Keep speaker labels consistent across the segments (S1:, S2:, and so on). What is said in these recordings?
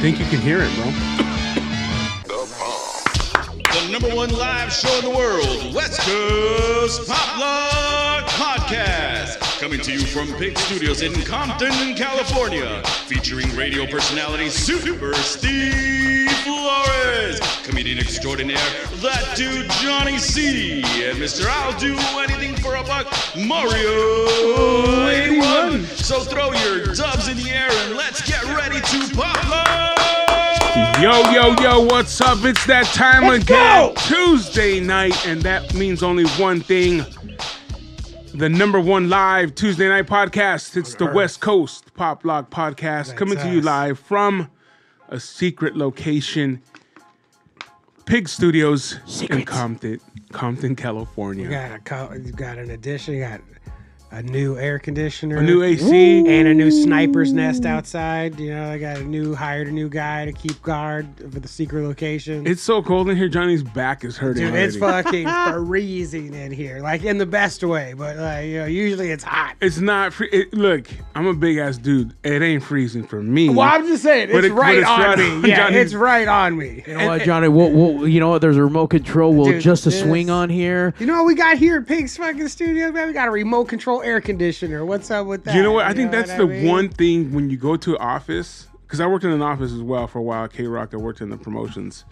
S1: think you can hear it, bro?
S2: The number one live show in the world, West Coast Pop Lock Podcast. Coming to you from Pig Studios in Compton, California. Featuring radio personality Super Steve Flores, comedian extraordinaire, that dude Johnny C, and Mr. I'll Do Anything for a Buck, Mario 81. So throw your dubs in the air and let's get ready to pop lock!
S1: Yo, yo, yo, what's up? It's that time again. Tuesday night, and that means only one thing. The number one live Tuesday night podcast. It's the West Coast Pop Lock Podcast coming to you
S3: us.
S1: live from a secret location, Pig Studios in Compton, Compton, California.
S3: You got a co- you got an addition. You got a new air conditioner,
S1: A new AC.
S3: and a new sniper's nest outside. You know, I got a new hired a new guy to keep guard for the secret location.
S1: It's so cold in here. Johnny's back is hurting.
S3: Dude, it's
S1: already.
S3: fucking freezing in here, like in the best way. But like, you know, usually it's hot.
S1: It's not. Free- it, look, I'm a big ass dude. It ain't freezing for me.
S3: Well, I'm just saying,
S1: But
S3: it's
S1: it- but
S3: right
S1: it's
S3: on
S1: right on
S3: me. Yeah,
S1: Johnny's-
S3: it's right on me.
S4: You know what, Johnny? We'll, we'll, you know what? There's a remote control. We'll
S3: Dude,
S4: adjust the
S3: this-
S4: swing on here.
S3: You know what we got here at Pig's fucking studio, man? We got a remote control air conditioner. What's up with that?
S1: You know what? I think that's
S3: what
S1: the
S3: I mean?
S1: one thing when you go to an office, because I worked in an office as well for a while. K Rock, I worked in the promotions,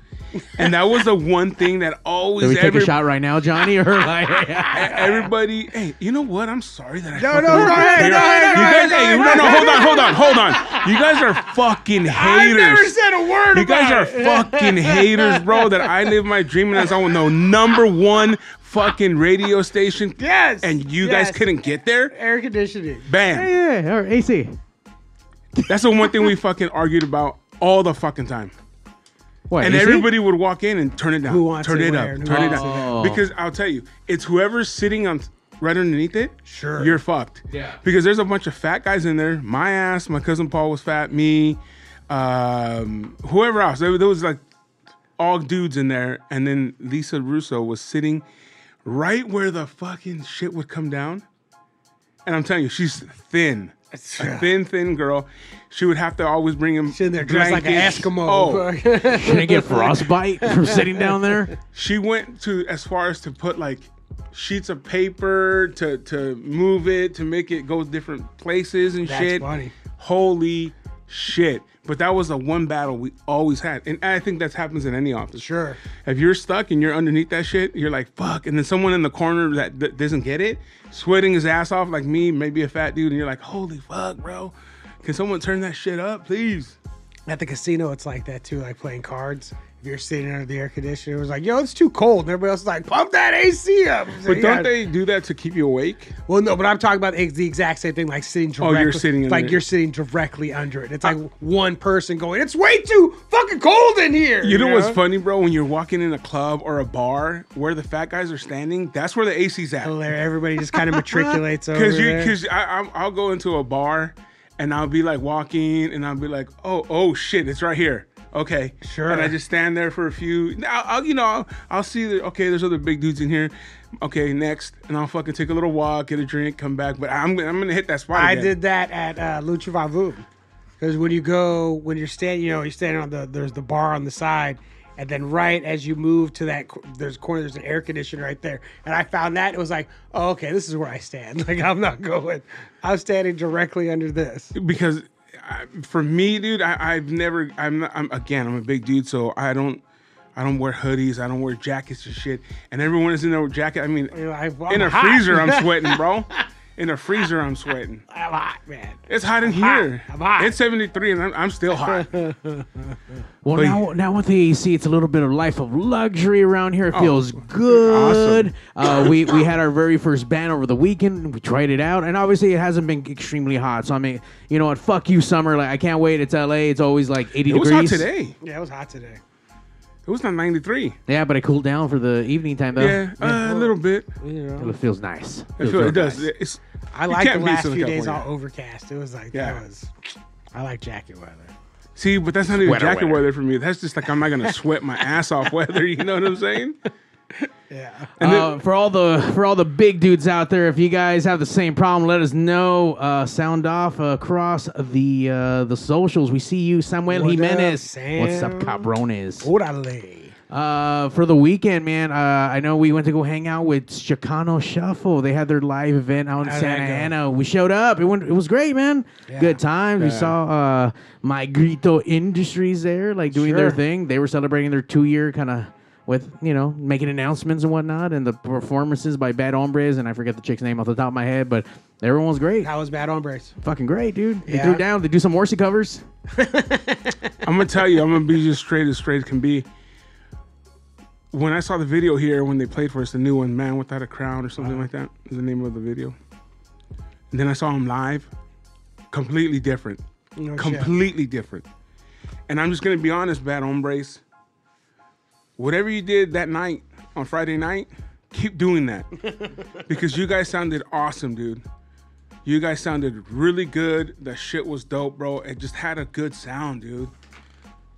S1: and that was the one thing that always
S4: Did we take
S1: every- e,
S4: a shot right now, Johnny? Or like,
S1: Everybody, hey, you know what? I'm sorry that I.
S3: No,
S1: fucking
S3: no,
S1: worked
S3: go
S1: at
S3: ahead,
S1: K
S3: go
S1: Rock. You
S3: ahead, go
S1: guys, hey,
S3: ahead,
S1: no,
S3: go
S1: no,
S3: ahead.
S1: hold on, hold on, hold on. You guys are fucking
S3: I
S1: haters.
S3: never said a word
S1: You
S3: about
S1: guys are
S3: it.
S1: fucking haters, bro. That I live my dream and that's all no number one fucking radio station.
S3: Yes.
S1: And you
S3: yes.
S1: guys couldn't get there?
S3: air conditioning.
S1: Bam.
S4: yeah, or AC.
S1: That's the one thing we fucking argued about all the fucking time.
S4: What?
S1: And
S4: AC?
S1: everybody would walk in and turn it down.
S3: Who wants
S1: turn
S3: it
S1: it,
S3: where
S1: up.
S3: and who
S1: Turn it
S3: wants
S1: down.
S4: it?
S1: Because I'll tell you, it's whoever's sitting on right underneath it.
S3: Sure.
S1: You're fucked. Yeah. Because there's a bunch of fat guys in there. My ass, my cousin Paul was fat, me, um, whoever else. There, there was like all dudes in there. And then Lisa Russo was sitting right where the fucking shit would come down. And I'm telling you, she's thin. A thin, thin girl. She would have to always bring him.
S3: She's in there dressed like an
S1: blankets.
S3: Eskimo.
S1: Oh,
S4: Can I get frostbite from sitting down there?
S1: she went to as far as to put like sheets of paper to to move it to make it go different places and
S3: That's
S1: shit.
S3: funny.
S1: Holy shit! But that was the one battle we always had, and I think that happens in any office.
S3: sure.
S1: If you're stuck and you're underneath that shit, you're like fuck, and then someone in the corner that, that doesn't get it, sweating his ass off like me, maybe a fat dude, and you're like, holy fuck, bro, can someone turn that shit up, please?
S3: At the casino, it's like that too, like playing cards. If you're sitting under the air conditioner, it was like, yo, it's too cold. And everybody else is like, pump that AC up. It's
S1: But
S3: like,
S1: don't
S3: yeah.
S1: they do that to keep you awake?
S3: Well, no, but I'm talking about ex- the exact same thing, like sitting
S1: Oh,
S3: directly.
S1: you're sitting in
S3: like
S1: there.
S3: you're sitting directly under it. It's like one person going, it's way too fucking cold in here.
S1: You know what's
S3: know?
S1: funny, bro? When you're walking in a club or a bar where the fat guys are standing, that's where the AC's at.
S3: Hilarious. Everybody just kind of matriculates over
S1: Because you,
S3: there.
S1: because I'm, I'll go into a bar and I'll be like walking and I'll be like, oh, oh shit, it's right here. Okay,
S3: Sure.
S1: And I just stand there for a few. I'll, I'll you know, I'll, I'll see that. Okay, there's other big dudes in here. Okay, next, and I'll fucking take a little walk, get a drink, come back. But I'm, I'm gonna hit that spot.
S3: I
S1: again.
S3: did that at uh, Lucha Vavu. Because when you go, when you're standing, you know, you're standing on the, there's the bar on the side. And then right as you move to that, cor- there's corner, there's an air conditioner right there. And I found that. It was like, oh, okay, this is where I stand. Like, I'm not going. I'm standing directly under this.
S1: because I, for me, dude, I, I've never. I'm, not, I'm again. I'm a big dude, so I don't. I don't wear hoodies. I don't wear jackets and shit. And everyone is in their jacket. I mean,
S3: You're like, well,
S1: in
S3: I'm
S1: a
S3: hot.
S1: freezer, I'm sweating, bro. In a freezer, I'm sweating.
S3: I'm hot, man.
S1: It's hot in
S3: hot.
S1: here.
S3: I'm hot.
S1: It's 73, and I'm, I'm still hot.
S4: Well,
S1: But-
S4: now, now with the AC, it's a little bit of life of luxury around here.
S1: Oh,
S4: It feels good. Uh, we we had our very first band over the weekend. We tried it out, and obviously, it hasn't been extremely hot. So I mean, you know what? Fuck you, summer. Like I can't wait. It's LA. It's always like eighty
S1: It was hot
S4: degrees
S1: today.
S3: Yeah, it was hot today.
S1: It was not 93.
S4: Yeah, but it cooled down for the evening time
S3: Oh.
S4: though.
S1: Yeah, uh, a little bit.
S3: You know,
S4: It feels nice.
S1: I
S4: Feels
S1: feel
S4: real
S1: it does.
S4: nice.
S1: It's,
S3: I
S1: you
S3: like the
S1: can't beat
S3: last
S1: Southern
S3: few days all
S1: California.
S3: overcast. It was like,
S1: Yeah.
S3: that was, I like jacket weather.
S1: See, but that's not even
S4: Wetter,
S1: jacket
S4: wetter.
S1: weather for me. That's just like I'm not gonna sweat my ass off weather. You know what I'm saying?
S3: Yeah.
S4: Uh, for all the for all the big dudes out there, if you guys have the same problem, let us know. Uh, sound off across the uh, the socials. We see you, Samuel
S3: What up,
S4: Jimenez.
S3: Sam?
S4: What's up, cabrones?
S3: Orale.
S4: Uh, for the weekend, man. Uh, I know we went to go hang out with Chicano Shuffle. They had their live event out in
S3: How'd that
S4: Santa
S3: go?
S4: Ana. We showed up. It went. It was great, man. Good times. We saw uh, My Grito Industries there, like doing their
S3: Sure.
S4: thing. They were celebrating their two year kind of with you know making announcements and whatnot, and the performances by Bad Hombres and I forget the chick's name off the top of my head, but everyone was great.
S3: That was bad on brace.
S4: Fucking great, dude. They
S3: Yeah.
S4: threw down. They do some Morsi covers.
S1: I'm gonna tell you, I'm gonna be just straight as straight can be. When I saw the video here, when they played for us, the new one, "Man Without a Crown" or something like that is the name of the video. And then I saw him live, completely different,
S3: No shit.
S1: completely different. And I'm just gonna be honest, Bad Hombres. Whatever you did that night on Friday night, keep doing that because you guys sounded awesome, dude. You guys sounded really good. That shit was dope, bro. It just had a good sound, dude.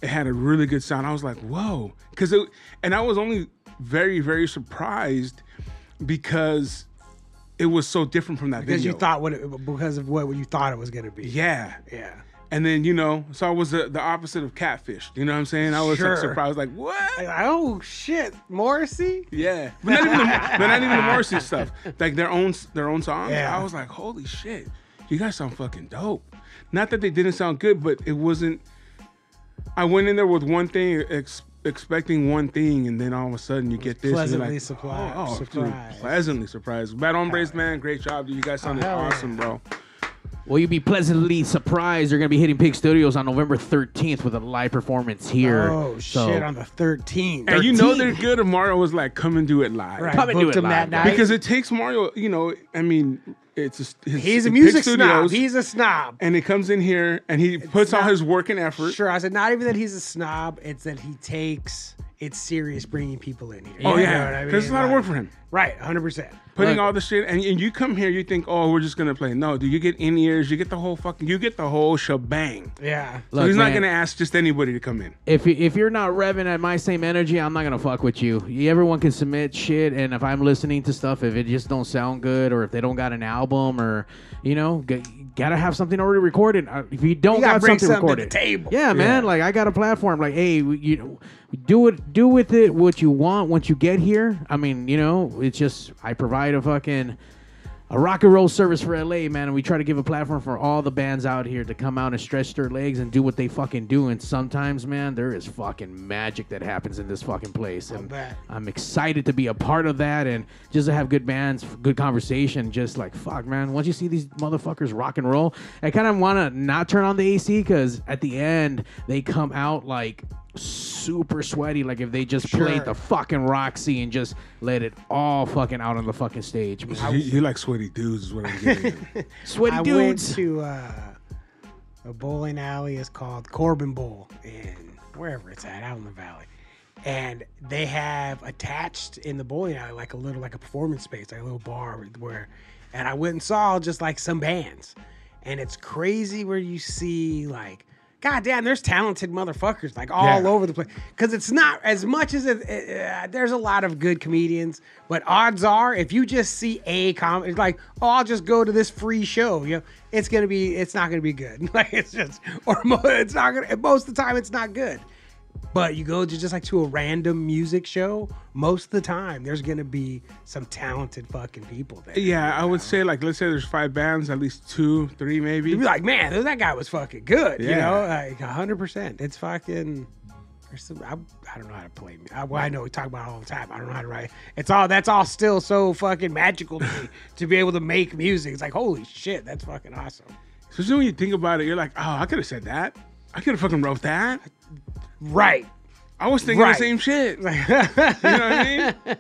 S1: It had a really good sound. I was like, whoa. Cause it and I was only very, very surprised because it was so different from that
S3: Because
S1: video.
S3: you thought what it, because of what you thought it was gonna be.
S1: Yeah.
S3: Yeah.
S1: And then, you know, so I was the, the opposite of catfish. You know what I'm saying? I was
S3: Sure.
S1: like surprised, like, what?
S3: Like, oh shit, Morrissey.
S1: Yeah. But not even the, but not even the Morrissey stuff. Like their own their own songs.
S3: Yeah.
S1: I was like, holy shit, you guys sound fucking dope. Not that they didn't sound good, but it wasn't. I went in there with one thing, ex- expecting one thing, and then all of a sudden you get this. and you're
S3: pleasantly
S1: like,
S3: surpri-
S1: Oh, oh, dude,
S3: surprised. Oh,
S1: pleasantly surprised. Bad on Brace, man. Great job, dude. You guys sounded
S3: hell yeah.
S1: awesome, bro.
S4: Well, you'll be pleasantly surprised. They're going to be hitting Pig Studios on November 13th with a live performance here.
S3: Oh
S4: So-
S3: shit, on the 13th.
S1: And you know
S4: 13.
S1: they're good. if Mario was like, come and do it live.
S3: right,
S4: Come and do
S3: booked
S4: it
S3: him that
S4: live, bro.
S3: night.
S1: Because it takes Mario, you know, I mean, it's just his,
S3: he's a
S1: Pick
S3: music snob.
S1: Studios,
S3: He's a snob.
S1: and he comes in here and he puts all
S3: not-
S1: his work and effort.
S3: Sure, I said not even that he's a snob. It's that he takes it serious bringing people in here.
S1: Oh
S3: You know what
S1: yeah,
S3: I
S1: because
S3: mean?
S1: it's a lot of
S3: Like,
S1: work for him.
S3: Right, hundred percent.
S1: Putting
S4: Look-
S1: all the shit, and, and you come here, you think, oh, we're just gonna play. No, do you get in ears? You get the whole fucking, you get the whole shebang.
S3: Yeah.
S1: so
S4: Look,
S1: he's not
S4: man.
S1: gonna ask just anybody to come in.
S4: If, you, if you're not revving at my same energy, I'm not going to fuck with you. You- Everyone can submit shit, and if I'm listening to stuff, if it just don't sound good or if they don't got an album or, you know, g- got to have something already recorded. Uh, If you don't
S3: You gotta
S4: got
S3: bring
S4: something,
S3: something to the
S4: recorded.
S3: table.
S4: Yeah, man. Like, I got a platform. Like, hey, we- you know, do it, do with it what you want once you get here. I mean, you know, it's just, I provide a fucking... a rock and roll service for LA, man, and we try to give a platform for all the bands out here to come out and stretch their legs and do what they fucking do. And sometimes, man, there is fucking magic that happens in this fucking place. And
S3: bet.
S4: I'm excited to be a part of that and just to have good bands, good conversation. Just like fuck, man. Once you see these motherfuckers rock and roll, I kind of want to not turn on the AC because at the end they come out like super sweaty, like if they just played
S3: Sure.
S4: the fucking Roxy and just let it all fucking out on the fucking stage. man.
S1: You, you like sweaty dudes, is what I'm getting. at.
S4: Sweaty
S3: I
S4: dudes.
S3: went to uh, a bowling alley. It's called Corbin Bowl in wherever it's at, out in the valley. And they have attached in the bowling alley like a little like a performance space, like a little bar where. And I went and saw just like some bands, and it's crazy where you see like. God damn, there's talented motherfuckers like all
S1: Yeah.
S3: over the place. Because it's not as much as it, it- uh, there's a lot of good comedians, but odds are, if you just see a comedy, it's like, oh, I'll just go to this free show. You know, it's gonna be, it's not gonna be good. Like it's just, or mo- it's not gonna. Most of the time, it's not good. But you go to just like to a random music show, most of the time, there's gonna be some talented fucking people there.
S1: yeah, I would say like, let's say there's five bands, at least two, three, maybe.
S3: You'd be like, man, that guy was fucking good. You
S1: Yeah.
S3: know, like hundred percent. It's fucking. there's some- I, I don't know how to play. mu- I, well, I know we talk about it all the time. I don't know how to write. It's all that's all still so fucking magical to me to be able to make music. It's like holy shit, that's fucking awesome.
S1: Especially when you think about it, you're like, oh, I could have said that. I could have fucking wrote that.
S3: Right.
S1: I was thinking
S3: Right.
S1: the same shit. You know what I mean?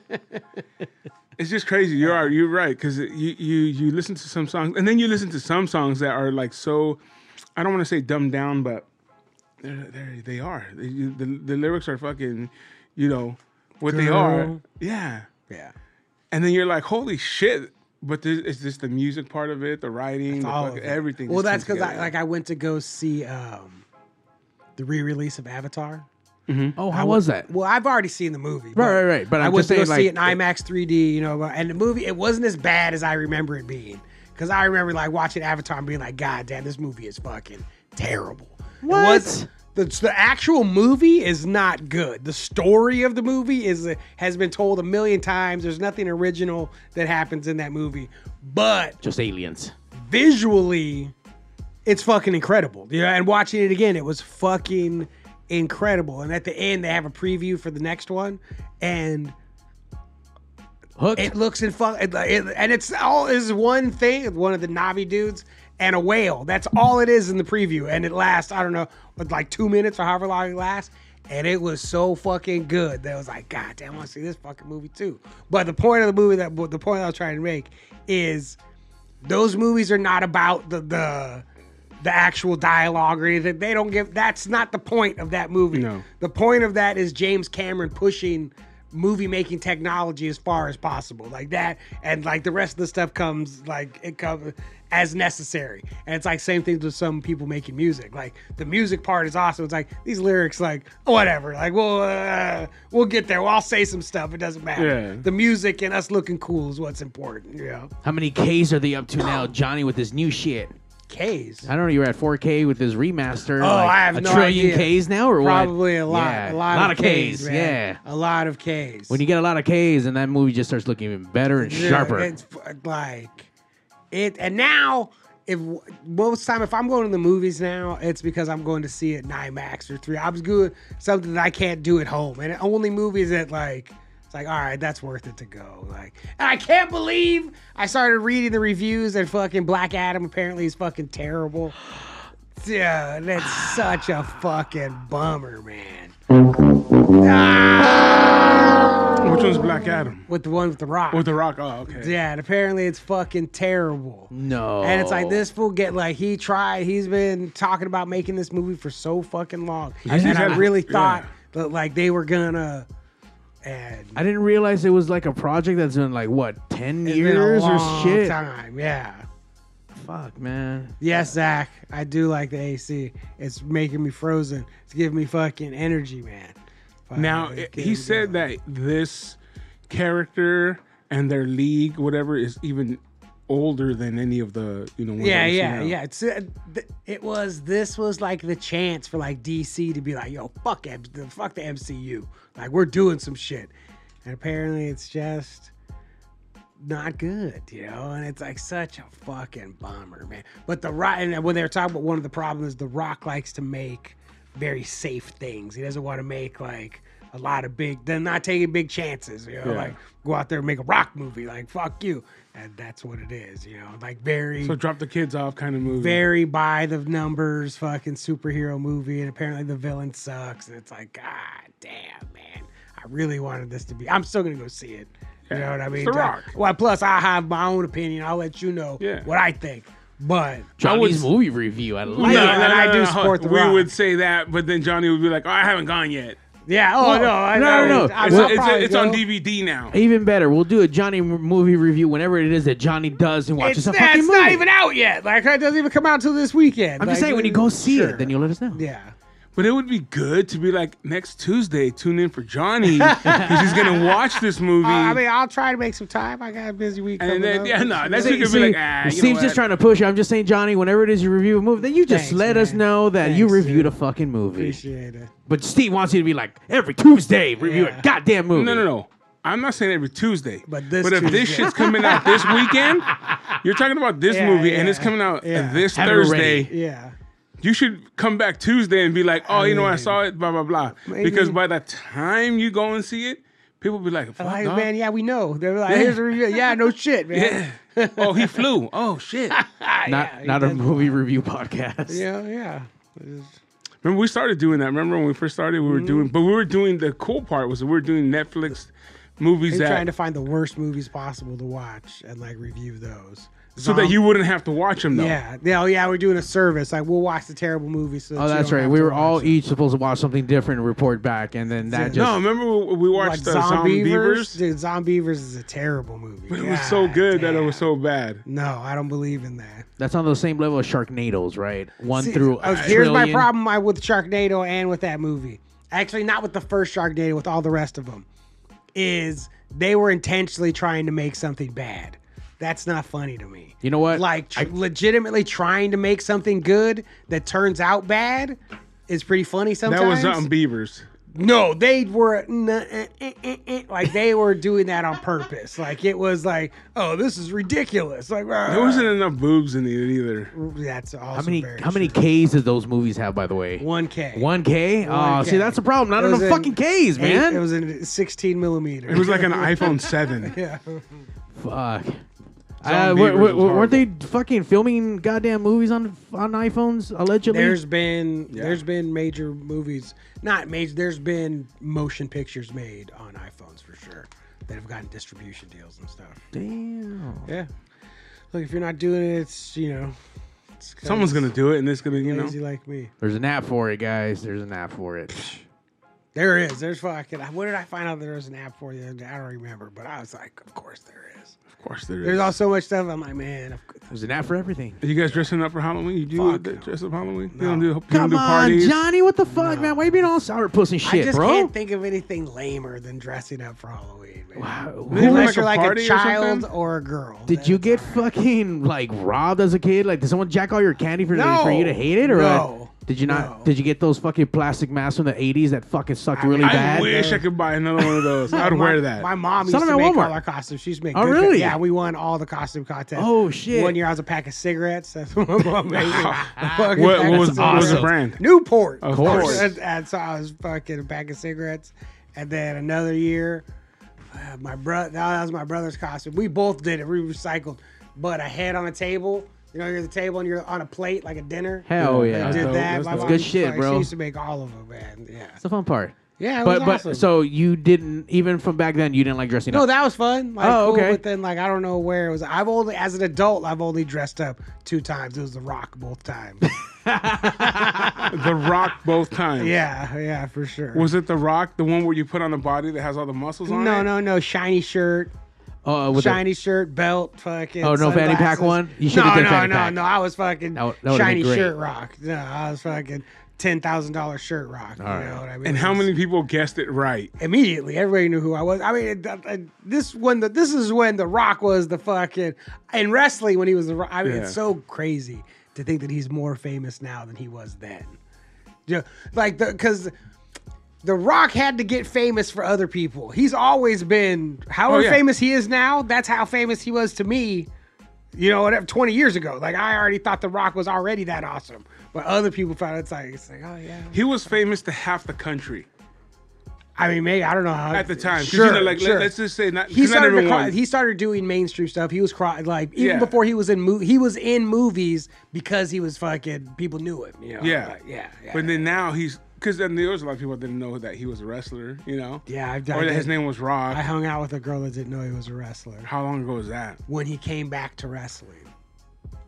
S1: It's just crazy. You are you're right because you you you listen to some songs and then you listen to some songs that are like so. I don't want to say dumbed down, but they're, they're, they are. They, you- the, the lyrics are fucking, you know, what they are.
S3: Girl.
S1: Yeah.
S3: Yeah.
S1: And then you're like, holy shit! But this, it's just the music part of it, the writing, the
S3: All
S1: fucking,
S3: of it.
S1: everything.
S3: Well,
S1: just
S3: that's
S1: comes
S3: because I
S1: together.
S3: like I went to go see um, the re-release of Avatar.
S4: Oh, how was that?
S3: Well, I've already seen the movie.
S4: Right, right, right, but
S3: I
S4: I'm
S3: went
S4: just
S3: to go
S4: saying,
S3: see it
S4: like,
S3: in IMAX 3D, you know. And the movie, it wasn't as bad as I remember it being, because I remember like watching Avatar and being like, "God damn, this movie is fucking terrible." It
S4: What?
S3: was- the, the actual movie is not good. The story of the movie is has been told a million times. There's nothing original that happens in that movie, but
S4: Just aliens.
S3: visually, it's fucking incredible. Yeah, and watching it again, it was fucking incredible. And at the end, they have a preview for the next one, and
S4: Hooked.
S3: it looks in fun. It, it- and it's all is one thing. One of the Navi dudes and a whale. That's all it is in the preview, and it lasts. I don't know, with like two minutes or however long it lasts. And it was so fucking good that I was like, God damn, I want to see this fucking movie too. But the point of the movie that the point I was trying to make is those movies are not about the the the actual dialogue or anything. They don't give that's not the point of that movie.
S1: No.
S3: The point of that is James Cameron pushing movie making technology as far as possible. Like that and like the rest of the stuff comes like it comes as necessary. And it's like same things with some people making music. Like the music part is awesome. It's like these lyrics like whatever. Like we'll uh, we'll get there. Well, I'll say some stuff. It doesn't matter.
S1: Yeah.
S3: The music and us looking cool is what's important, you know.
S4: How many Ks are they up to now, Johnny, with this new shit?
S3: K's.
S4: I don't know. You're at 4K with this remaster.
S3: Oh,
S4: like
S3: I have
S4: a
S3: no
S4: trillion
S3: idea.
S4: Ks now, or what?
S3: Probably a lot,
S4: Yeah,
S3: a lot,
S4: of
S3: K's, man.
S4: yeah.
S3: a lot of K's.
S4: When you get a lot of Ks, and that movie just starts looking even better and
S3: Yeah,
S4: sharper.
S3: it's f- like it. And now, if most time, if I'm going to the movies now, it's because I'm going to see it in IMAX or three. I was good something that I can't do at home, and only movies that like. It's like, all right, that's worth it to go. Like, and I can't believe I started reading the reviews and fucking Black Adam apparently is fucking terrible. Dude, that's such a fucking bummer, man.
S1: Which one's Black Adam?
S3: With the one with the rock.
S1: With The Rock. Oh, okay.
S3: Yeah, and apparently it's fucking terrible.
S4: no.
S3: And it's like this fool get like he tried. He's been talking about making this movie for so fucking long,
S1: he's
S3: and I
S1: had-
S3: really
S1: yeah.
S3: thought that like they were gonna. And
S4: I didn't realize it was like a project that's been like what ten
S3: it's been a
S4: years or
S3: long
S4: shit.
S3: Time, yeah.
S4: Fuck, man.
S3: Yes, Zach, I do like the AC. It's making me frozen. It's giving me fucking energy, man. Fucking
S1: Now it-
S3: getting
S1: he said
S3: going.
S1: that this character and their league, whatever, is even older than any of the you know. Ones
S3: Yeah,
S1: that we see
S3: yeah,
S1: now.
S3: yeah. It's uh, th- it was this was like the chance for like DC to be like, yo, fuck M- the fuck the MCU, like we're doing some shit, and apparently it's just not good, you know. And it's like such a fucking bummer, man. But the rock, and when they were talking about one of the problems, is the Rock likes to make very safe things. He doesn't want to make like a lot of big. They're not taking big chances, you know.
S1: Yeah.
S3: Like go out there and make a rock movie, like fuck you, and that's what it is, you know. Like very
S1: So drop the kids off kind of movie.
S3: very by the numbers fucking superhero movie, and apparently the villain sucks. And it's like, God damn, man. I really wanted this to be. I'm still gonna go see it. You know what I mean?
S1: The Rock.
S3: Well, plus I have my own opinion. I'll let you know
S1: Yeah.
S3: what I think. But
S4: Johnny's movie review. I like
S3: No,
S4: it.
S3: and I do support The
S1: We
S3: Rock.
S1: would say that, but then Johnny would be like, "Oh, I haven't gone yet.
S3: yeah, oh no, I,
S4: no,
S3: I
S4: no,
S3: would-
S4: no.
S3: I-
S1: It's,
S3: I'll
S1: it's,
S3: probably
S1: it's on
S3: go.
S1: DVD now."
S4: Even better, we'll do a Johnny m- movie review whenever it is that Johnny does and
S3: It's,
S4: watches a
S3: not-
S4: fucking
S3: it's
S4: movie.
S3: not even out yet. Like it doesn't even come out until this weekend. uh,
S4: I'm just saying, when you go see it, then you'll let us know.
S3: yeah.
S1: But it would be good to be like next Tuesday. Tune in for Johnny because he's gonna watch this movie.
S3: Uh, I mean, I'll try to make some time. I got a busy week.
S1: and
S3: coming
S1: then
S3: up.
S1: yeah, no, that's
S4: See,
S1: you could
S4: see,
S1: be like, ah, you know
S4: Steve's just
S1: what?
S4: trying to push you. I'm just saying, Johnny, whenever it is you review a movie, then you just
S3: Thanks,
S4: let us
S3: man.
S4: know that you
S3: Thanks,
S4: reviewed
S3: dude.
S4: a fucking movie.
S3: Appreciate it.
S4: But Steve wants you to be like, every Tuesday, review
S3: Yeah.
S4: a goddamn movie.
S1: No, no, no. I'm not saying every Tuesday,
S3: But this
S1: But if this
S3: Tuesday.
S1: shit's coming out this weekend, you're talking about this
S3: Yeah,
S1: movie, and
S3: yeah,
S1: it's coming out
S3: yeah.
S1: this
S4: Have it
S1: Thursday.
S3: Yeah.
S1: You should come back Tuesday and be like, "Oh, you know, I
S3: mean,
S1: saw it." Blah blah blah.
S3: maybe-
S1: Because by the time you go and see it, people be like, Fuck,
S3: Like,
S1: dog.
S3: man, yeah, we know. They're like, here's a review. Yeah, no shit, man.
S1: Yeah. Oh, he flew. Oh shit.
S3: Ah,
S4: Not,
S3: yeah,
S4: not a
S3: that's-
S4: movie review podcast.
S3: Yeah, yeah.
S1: Remember, we started doing that. Remember when we first started, we were
S3: Mm-hmm.
S1: doing, but we were doing the cool part was we were doing Netflix movies
S3: They're
S1: that
S3: trying to find the worst movies possible to watch and like review those.
S1: so that you wouldn't have to watch them though.
S3: Yeah. Yeah, oh, yeah, we're doing a service. Like we'll watch the terrible movies. So that
S4: Oh,
S3: you
S4: that's
S3: don't
S4: right.
S3: have
S4: We
S3: to
S4: were
S3: watch
S4: all
S3: them.
S4: each supposed to watch something different and report back, and then that just
S1: No, remember we, we
S3: like
S1: watched uh,
S3: Zombievers.
S1: Zombievers?
S3: Dude, Zombievers is a terrible movie.
S1: It was so good that it was
S3: damn.
S1: so bad.
S3: No, I don't believe in that.
S4: that's on the same level as Sharknadoes, right? One
S3: See,
S4: through
S3: uh,
S4: a
S3: here's my
S4: trillion.
S3: problem I, with Sharknado and with that movie. actually not with the first Sharknado, with all the rest of them, is they were intentionally trying to make something bad. That's not funny to me.
S4: You know what?
S3: Like tr- legitimately trying to make something good that turns out bad is pretty funny sometimes.
S1: That was something Beavers.
S3: No, they were n- eh, eh, eh, eh, like they were doing that on purpose. Like it was like, oh, this is ridiculous. Like uh,
S1: There wasn't enough boobs in it either.
S3: that's also
S4: How many
S3: very
S4: how many K's did those movies have, by the way?
S3: One K.
S4: One K? Oh,
S3: 1K.
S4: see, that's the problem. Not
S3: It
S4: enough
S3: was in
S4: fucking K's, man.
S3: It was in 16 millimeter.
S1: It was like an iPhone 7.
S3: yeah.
S4: Fuck. Uh,
S1: Zombievers
S4: were,
S1: was
S4: not they fucking filming goddamn movies on on iPhones allegedly?
S3: There's been there's been major movies, not major. There's been motion pictures made on iPhones for sure that have gotten distribution deals and stuff.
S4: Damn.
S3: Yeah. Look, if you're not doing it, it's you know, it's 'cause
S1: Someone's gonna do it, and it's gonna, you know.
S3: lazy like me.
S4: There's an app for it, guys. There's an app for it.
S3: There is. There's fucking. What did I find out there was an app for the other day? I don't remember, but I was like, of course there is.
S1: Of course, there is.
S3: There's all so much stuff. I'm like, man, of course.
S4: There's an app for everything.
S1: Are you guys dressing up for Halloween? You do
S3: Fuck
S1: the-
S3: no.
S1: dress up Halloween? You don't do, you don't
S4: Come
S1: do
S4: on,
S1: parties?
S4: Johnny. What the fuck, man? Why you being all sour puss and
S3: I
S4: shit,
S3: just
S4: bro?
S3: can't think of anything lamer than dressing up for Halloween. Man.
S4: Wow.
S1: Maybe
S3: Unless
S1: like a
S3: you're like
S1: party
S3: a
S1: or
S3: child
S1: something?
S3: or a girl.
S4: Did you get fucking like robbed as a kid? Like, did someone jack all your candy for, for you to hate it, or uh,
S3: No.
S4: did you not?
S3: No.
S4: Did you get those fucking plastic masks from the '80s that fucking sucked really
S1: I
S4: bad?
S1: wish I could buy another one of those. I'd
S3: My-
S1: wear that.
S3: My mom used
S4: Sell
S3: to
S4: them at
S3: make
S4: Walmart.
S3: all our costumes. She's making.
S4: Oh, really?
S3: Yeah, we won all the costume contests.
S4: Oh, shit.
S3: One year I was a pack of cigarettes. That's what my mom made. me. A fucking
S1: What- what
S3: pack of
S1: was- what was the
S3: cigarettes.
S1: brand?
S3: Newport.
S1: Of course.
S3: And, and so I was fucking a pack of cigarettes, and then another year, uh, my brother. That was my brother's costume. We both did it. We recycled, but a head on a table. You know, you're at the table and you're on a plate like a dinner.
S4: Hell
S3: I
S4: yeah.
S1: That's
S3: did
S1: dope.
S3: that.
S1: That's
S3: My
S1: dope.
S3: mom
S4: Good
S3: used to-
S4: shit, bro.
S3: She used to make all of them, man. Yeah.
S4: It's the fun part.
S3: Yeah, it
S4: but
S3: was
S4: but
S3: awesome.
S4: so you didn't even from back then you didn't like dressing
S3: No,
S4: up.
S3: that was fun. Like,
S4: Oh,
S3: cool,
S4: okay.
S3: But then, like, I don't know where it was. I've only, as an adult, I've only dressed up two times. It was The Rock both times.
S1: the Rock both times.
S3: yeah, yeah, for sure.
S1: Was it The Rock, the one where you put on the body that has all the muscles on
S3: no,
S1: it?
S3: no, no. Shiny shirt,
S4: Oh, uh, with the-
S3: shiny shirt, belt, fucking.
S4: Oh, no fanny pack
S3: sunglasses.
S4: one? You should've
S3: no,
S4: did
S3: no,
S4: fanny
S3: no,
S4: pack.
S3: no. I was fucking
S4: That would- that would've
S3: shiny
S4: been great.
S3: shirt rock. No, I was fucking ten thousand dollar shirt rock. you know what I mean?
S1: And how
S3: It was-
S1: many people guessed it right?
S3: immediately. Everybody knew who I was. I mean, it- it- it- this when the this is when The Rock was the fucking in wrestling when he was the. Rock. I mean,
S1: Yeah.
S3: it's so crazy to think that he's more famous now than he was then. Yeah, like the because. The Rock had to get famous for other people. He's always been, however
S1: Oh, yeah.
S3: famous he is now, that's how famous he was to me, you know, whatever, 20 years ago. Like, I already thought The Rock was already that awesome. But other people found it's like, it's like, oh, yeah.
S1: He was famous to half the country
S3: I mean, maybe, I don't know how.
S1: at the time. 'Cause,
S3: sure,
S1: you know, like,
S3: sure.
S1: let, us just say not,
S3: he
S1: not
S3: started to
S1: everyone.
S3: cro- he started doing mainstream stuff. He was cro- like even
S1: Yeah.
S3: before he was in mo- he was in movies because he was fucking people knew him. You know?
S1: yeah.
S3: Like, yeah, yeah.
S1: But then now he's, because then there was a lot of people that didn't know that he was a wrestler, you know?
S3: yeah, I, I,
S1: Or that his
S3: did-
S1: name was Rock.
S3: I hung out with a girl that didn't know he was a wrestler
S1: How long ago was that?
S3: when he came back to wrestling.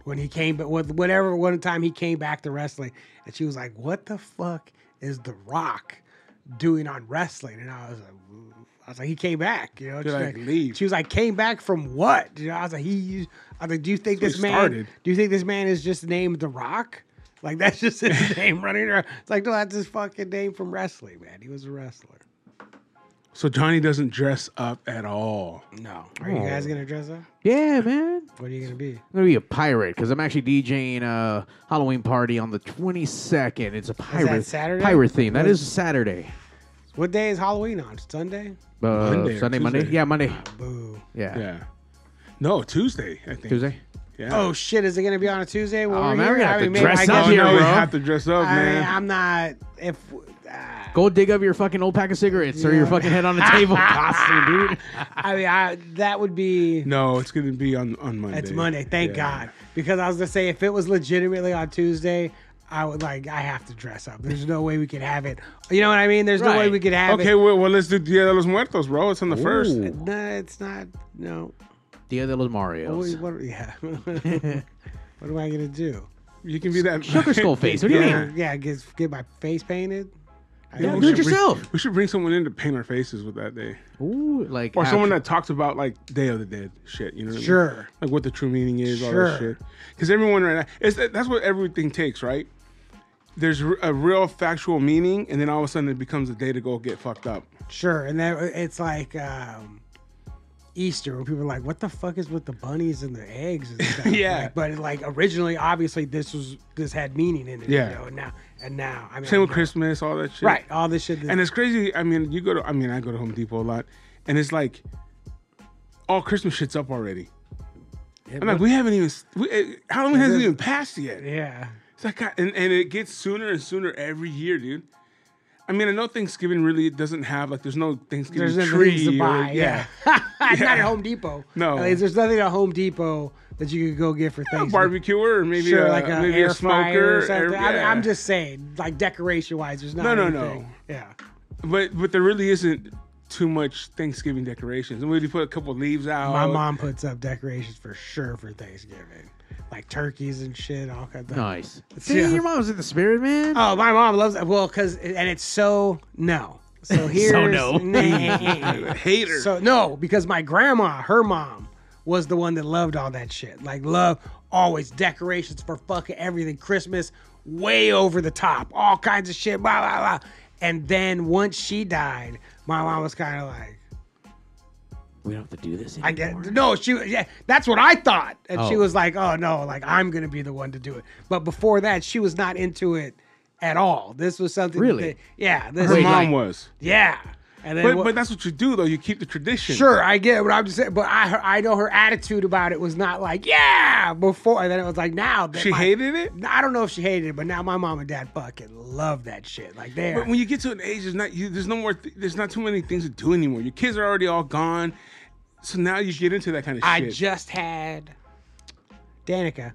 S3: When he came, but with whatever one time he came back to wrestling, and she was like, "What the fuck is The Rock doing on wrestling?" And I was like. "Ooh." I was like, he came back, you know. She's
S1: like, "Leave."
S3: She was like, came back from what? You know, I was like, he. I was like, do you think
S1: That's
S3: this
S1: where
S3: man?
S1: he started.
S3: Do you think this man is just named The Rock? Like that's just his name running around. It's like, no, that's his fucking name from wrestling, man. He was a wrestler.
S1: So Johnny doesn't dress up at all.
S3: No, are you
S1: Oh.
S3: guys gonna dress up?
S4: yeah, man. I'm
S3: What are you gonna be?
S4: gonna be a pirate because I'm actually DJing a Halloween party on the 22nd. It's a pirate
S3: Saturday?
S4: pirate theme. That is Saturday.
S3: What day is Halloween on? Sunday.
S4: Uh,
S1: Monday or
S4: Sunday, Monday.
S1: Tuesday?
S4: Yeah, Monday.
S3: Boo.
S4: Yeah.
S1: Yeah. No, Tuesday, I think.
S4: Tuesday.
S1: Yeah.
S3: Oh shit! Is it gonna be on a Tuesday? Well,
S4: Oh,
S3: we're
S4: man,
S3: here.
S4: we're gonna
S3: I
S4: have to
S3: mean, maybe
S4: dress
S3: I
S4: up,
S3: guess-
S1: you
S4: here,
S1: know,
S4: bro.
S1: you Oh, have to dress up,
S3: I
S1: man.
S3: am not. If uh,
S4: Go dig up your fucking old pack of cigarettes or your fucking head on the table costume, dude.
S3: I mean, I that would be.
S1: no, it's gonna be on on Monday.
S3: It's Monday. Thank
S1: Yeah.
S3: God, because I was gonna say if it was legitimately on Tuesday. I would like. I have to dress up. There's no way we could have it. You know what I mean? There's no way
S4: Right.
S3: we could have
S1: Okay,
S3: it.
S1: well, well, let's do Dia de los Muertos, bro. It's on the first.
S4: Ooh.
S3: No, it's not. No.
S4: Dia de los Marios.
S3: What, what- yeah. what am I gonna do?
S1: You can be that
S4: Sugar skull face. What do you
S1: Yeah.
S4: mean?
S3: Yeah, get get my face painted.
S1: Yeah, we
S4: do it
S1: should bring-
S4: yourself.
S1: we should bring someone in to paint our faces with that day,
S4: Ooh, like uh,
S1: or someone
S4: actual-
S1: that talks about like Day of the Dead shit. You know, what I mean?
S3: Sure.
S1: Like what the true meaning is, all that
S3: Sure.
S1: shit. Because everyone right now, it's, that's what everything takes, right? there's r- a real factual meaning, and then all of a sudden it becomes a day to go get fucked up.
S3: Sure, and that it's like um, Easter when people are like, "What the fuck is with the bunnies and the eggs?" And stuff?
S1: Yeah.
S3: Like, but like originally, obviously, this was this had meaning in it.
S1: Yeah.
S3: you know, and now and now, I mean,
S1: Same with Christmas, all that shit.
S3: right? All this shit, that,
S1: And it's crazy. I mean, you go to, I mean, I go to Home Depot a lot, and it's like all Christmas shit's up already. I'm like, we haven't even, we, eh, Halloween hasn't even passed yet.
S3: yeah,
S1: It's like, God- and, and it gets sooner and sooner every year, dude. I mean, I know Thanksgiving really doesn't have, like, there's no Thanksgiving
S3: there's no
S1: tree.
S3: things to
S1: or-
S3: buy.
S1: yeah.
S3: yeah, not at Home Depot.
S1: No.
S3: Like, there's nothing at Home Depot that you could go get for
S1: A
S3: Thanksgiving.
S1: barbecue or maybe,
S3: Sure,
S1: a,
S3: like a,
S1: maybe
S3: air
S1: a
S3: fryer
S1: smoker.
S3: or something.
S1: air-
S3: I mean,
S1: yeah.
S3: I'm just saying, like decoration wise, there's not.
S1: No, no,
S3: anything.
S1: no.
S3: Yeah.
S1: But but there really isn't too much Thanksgiving decorations. And we put a couple leaves out.
S3: My mom puts up decorations for sure for Thanksgiving, like turkeys and shit, all kinds of.
S4: Nice. See,
S3: See, Yeah.
S4: your
S3: your
S4: mom's in the spirit, man.
S3: Oh, my mom loves it. Well, cause and it's so no. So here's
S4: no.
S3: Nah.
S1: hater.
S3: so no, because my grandma, her mom, was the one that loved all that shit. Like love always decorations for fucking everything. Christmas, way over the top, all kinds of shit, blah blah blah. And then once she died, my mom was kind of like,
S4: we don't have to do this anymore.
S3: I get no. She yeah, that's what I thought, and she
S4: Oh.
S3: was like, "Oh no, like I'm gonna be the one to do it." But before that, she was not into it at all. This was something.
S4: Really?
S3: that- yeah. This
S1: Her
S4: Wait,
S1: mom
S4: like-
S1: was.
S3: Yeah. And then
S1: But,
S3: what-
S1: but that's what you do, though. You keep the tradition.
S3: sure, I get what I'm just saying. But I her- I know her attitude about it was not like yeah before, and then it was like now that
S1: She
S3: my-
S1: hated it?
S3: I don't know if she hated it, but now my mom and dad fucking love that shit. Like they
S1: But when you get to an age, there's not you, there's no more. Th- there's not too many things to do anymore. Your kids are already all gone, so now you get into that kind of
S3: I
S1: shit.
S3: just had Danica.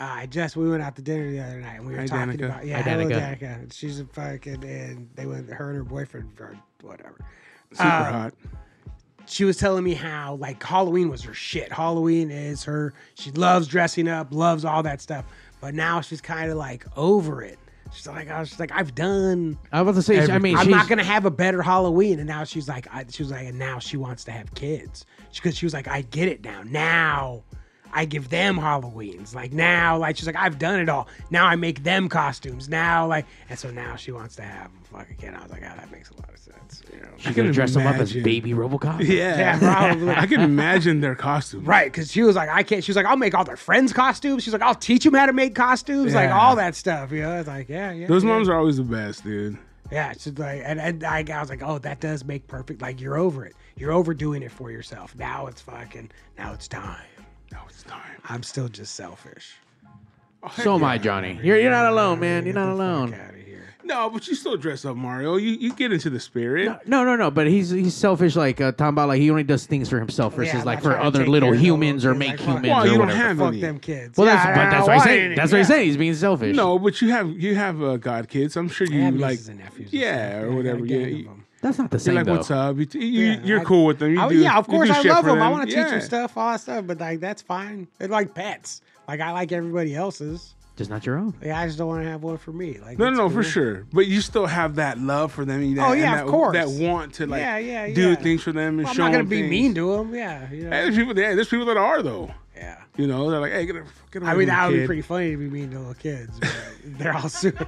S3: Uh, I just we went out to dinner the other night and we were
S1: Hi,
S3: talking
S1: Danica.
S3: about yeah,
S4: Hi,
S3: hello
S4: Danica.
S3: Danica. She's a fucking and they went her and her boyfriend or whatever.
S1: Super hot.
S3: She was telling me how like Halloween was her shit. Halloween is her. She loves dressing up, loves all that stuff. But now she's kind of like over it. She's like, I was she's like, I've done.
S4: I was about to say. I mean,
S3: I'm
S4: she's,
S3: not gonna have a better Halloween. And now she's like, I, she was like, and now she wants to have kids because she was like, I get it now. Now I give them Halloweens. Like now, like she's like, I've done it all. Now I make them costumes. Now, like, and so now she wants to have a fucking kid. I was like, oh, that makes a lot of sense. You know?
S4: she's gonna
S1: can
S4: dress him up as
S1: imagine.
S4: baby RoboCop.
S1: Yeah,
S3: Yeah, probably.
S1: I can imagine their costume.
S3: Right, because she was like, I can't. She was like, I'll make all their friends' costumes. She's like, I'll teach them how to make costumes, like
S1: Yeah.
S3: all that stuff. You know, it's like, yeah, yeah.
S1: Those
S3: yeah.
S1: moms are always the best, dude.
S3: Yeah, she's like, and, and I, I was like, oh, that does make perfect. Like, you're over it. You're overdoing it for yourself. Now it's fucking, now it's time.
S1: Now it's time.
S3: I'm still just selfish.
S4: So am I, Johnny. You're you're not alone, man. You're not alone.
S3: Out of here.
S1: No, but you still dress up, Mario. You you get into the spirit.
S4: No, no, no. But he's he's selfish, like uh, Tom Bala. He only does things for himself versus
S3: Yeah,
S4: like
S3: like
S4: for
S3: trying to
S4: other
S3: take
S4: little
S3: care of the
S4: humans or
S3: little
S4: make
S3: kids, like,
S4: humans.
S1: well,
S4: or
S1: you don't
S4: whatever.
S1: have
S3: Fuck
S1: any.
S3: them kids.
S4: Well, that's
S3: Yeah,
S4: but
S3: I
S4: that's
S3: don't
S4: what I
S3: want
S4: said.
S3: any.
S4: That's what
S3: Yeah.
S4: he said. He's being selfish.
S1: No, but you have you have uh, god kids. I'm sure you
S3: I have
S1: like
S3: nieces and nephews and stuff.
S1: yeah
S3: I
S1: or
S3: got a
S1: whatever. Yeah,
S3: gang of
S1: you,
S3: them.
S4: that's not the
S1: you're
S4: same
S1: like
S4: though.
S1: what's up? You, you,
S3: Yeah,
S1: you're
S3: I-
S1: cool with them. You
S3: I-
S1: do,
S3: yeah, of
S1: you do
S3: course I
S1: shit
S3: love
S1: for
S3: them. I want to teach
S1: Yeah.
S3: them stuff, all that stuff. But like, that's fine. They're like pets. Like I like everybody else's.
S4: Just not your own.
S3: Like I just don't want to have one for me. Like
S1: No,
S3: it's
S1: no, no, for
S3: cool.
S1: sure. But you still have that love for them. and That,
S3: Oh, yeah,
S1: and
S3: of
S1: that,
S3: course.
S1: That want to like
S3: Yeah, yeah,
S1: do
S3: yeah.
S1: things for them and
S3: Well, I'm
S1: show
S3: not gonna
S1: them
S3: be
S1: things.
S3: mean to them. Yeah, you know.
S1: Hey, there's people. Yeah, there's people that are though.
S3: yeah.
S1: You know, they're like, hey, get, a, get away
S3: I mean,
S1: from
S3: that
S1: the
S3: would
S1: kid.
S3: be pretty funny to be mean to little kids. But they're all super.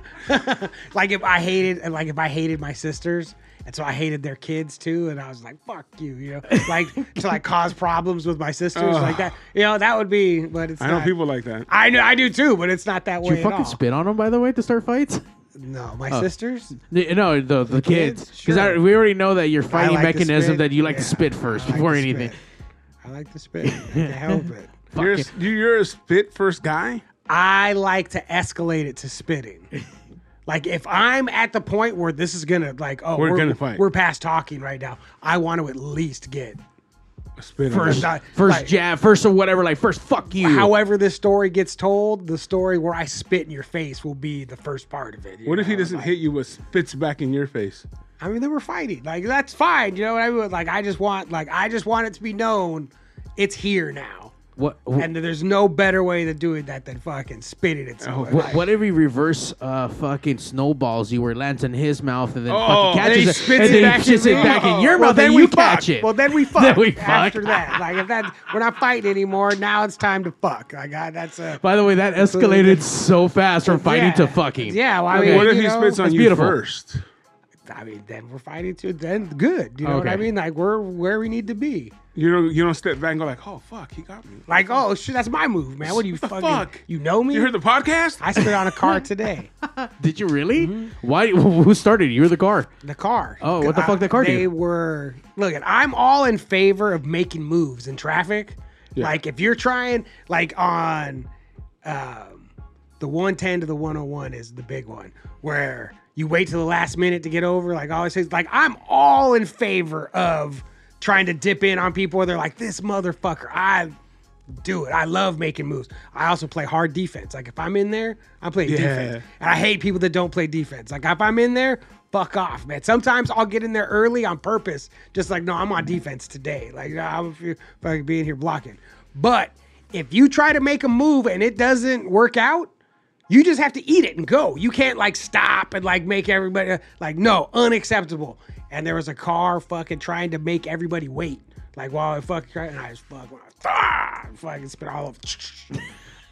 S3: like if I hated, and like if I hated my sisters, and so I hated their kids too, and I was like, "Fuck you," you know, like to like cause problems with my sisters
S1: Ugh.
S3: like that. You know, that would be. But it's
S1: I know
S3: not-
S1: people like that.
S3: I know I do too, but it's not that way
S4: Did you
S3: at
S4: fucking
S3: all.
S4: spit Oh. on him by the way to start fights?
S3: No, my sisters.
S4: N- No, the the kids.
S3: kids?
S4: Because
S3: Sure.
S4: we already know that your fighting
S3: like to
S4: mechanism
S3: spit.
S4: that you like to
S3: Yeah,
S4: spit first
S3: I like
S4: before
S3: to
S4: anything.
S3: spit. I like to spit. I can help it.
S1: You're a,
S4: it.
S1: you- you're a spit first guy.
S3: I like to escalate it to spitting. Like if I'm at the point where this is gonna like oh
S1: We're gonna fight.
S3: we're past talking right now I want to at least get
S1: A spit
S3: first
S1: on
S3: I-
S4: First
S3: like,
S4: jab, first or whatever. Like first, fuck you.
S3: however this story gets told the story where I spit in your face will be the first part of it you
S1: What if he
S3: know?
S1: doesn't hit you but spits back in your face?
S3: I mean they were fighting like that's fine you know what I mean like I just want like I just want it to be known it's here now
S4: What?
S3: And there's no better way to do it that than fucking spitting
S1: Oh,
S3: it somewhere.
S4: What, what if he reverse uh, fucking snowballs you where it lands in his mouth and then
S1: Oh,
S4: fucking
S1: and he
S4: catches it
S1: spits
S4: and
S1: it
S4: then
S1: back
S4: he shits
S1: in
S4: it
S1: me.
S4: back in your
S3: Well,
S4: mouth and
S3: we
S4: you
S3: fuck.
S4: catch it?
S3: Well, then we fuck
S4: Then we fuck.
S3: after that. Like if that, we're not fighting anymore. Now it's time to fuck. Like I, that's a
S4: Ah, By the way, that escalated so fast from fighting
S3: Yeah.
S4: to fucking.
S3: Yeah, well, I
S4: Okay.
S3: mean,
S1: What if
S3: you
S1: he
S3: know,
S1: spits on
S4: that's
S1: you
S4: beautiful.
S1: first?
S3: I mean, then we're fighting too. Then good. You know what I
S4: Okay.
S3: mean? Like we're where we need to be.
S1: You don't you don't step back and go like, oh fuck, he got me.
S3: Like oh shit, that's my move, man. What do you
S1: What the
S3: fucking?
S1: fuck?
S3: You know me?
S1: You heard the podcast?
S3: I spit on a car today.
S4: Did you really?
S3: Mm-hmm.
S4: Why? Who started? You were the car.
S3: The car.
S4: Oh, what the
S3: I-
S4: fuck that car
S3: They
S4: do?
S3: were. Look, I'm all in favor of making moves in traffic. Like if you're trying, like on um, the 110 to the 101 is the big one where you wait till the last minute to get over. Like I always say, like I'm all in favor of trying to dip in on people where they're like, this motherfucker, I do it. I love making moves. I also play hard defense. Like if I'm in there, I play defense. And I hate people that don't play defense. Like if I'm in there, fuck off, man. Sometimes I'll get in there early on purpose, just like no, I'm on defense today. Like I'm fucking being here blocking. But if you try to make a move and it doesn't work out, you just have to eat it and go. You can't like stop and like make everybody like no, unacceptable. And there was a car fucking trying to make everybody wait. Like while I fuck and I just fuck, ah, fucking spit all over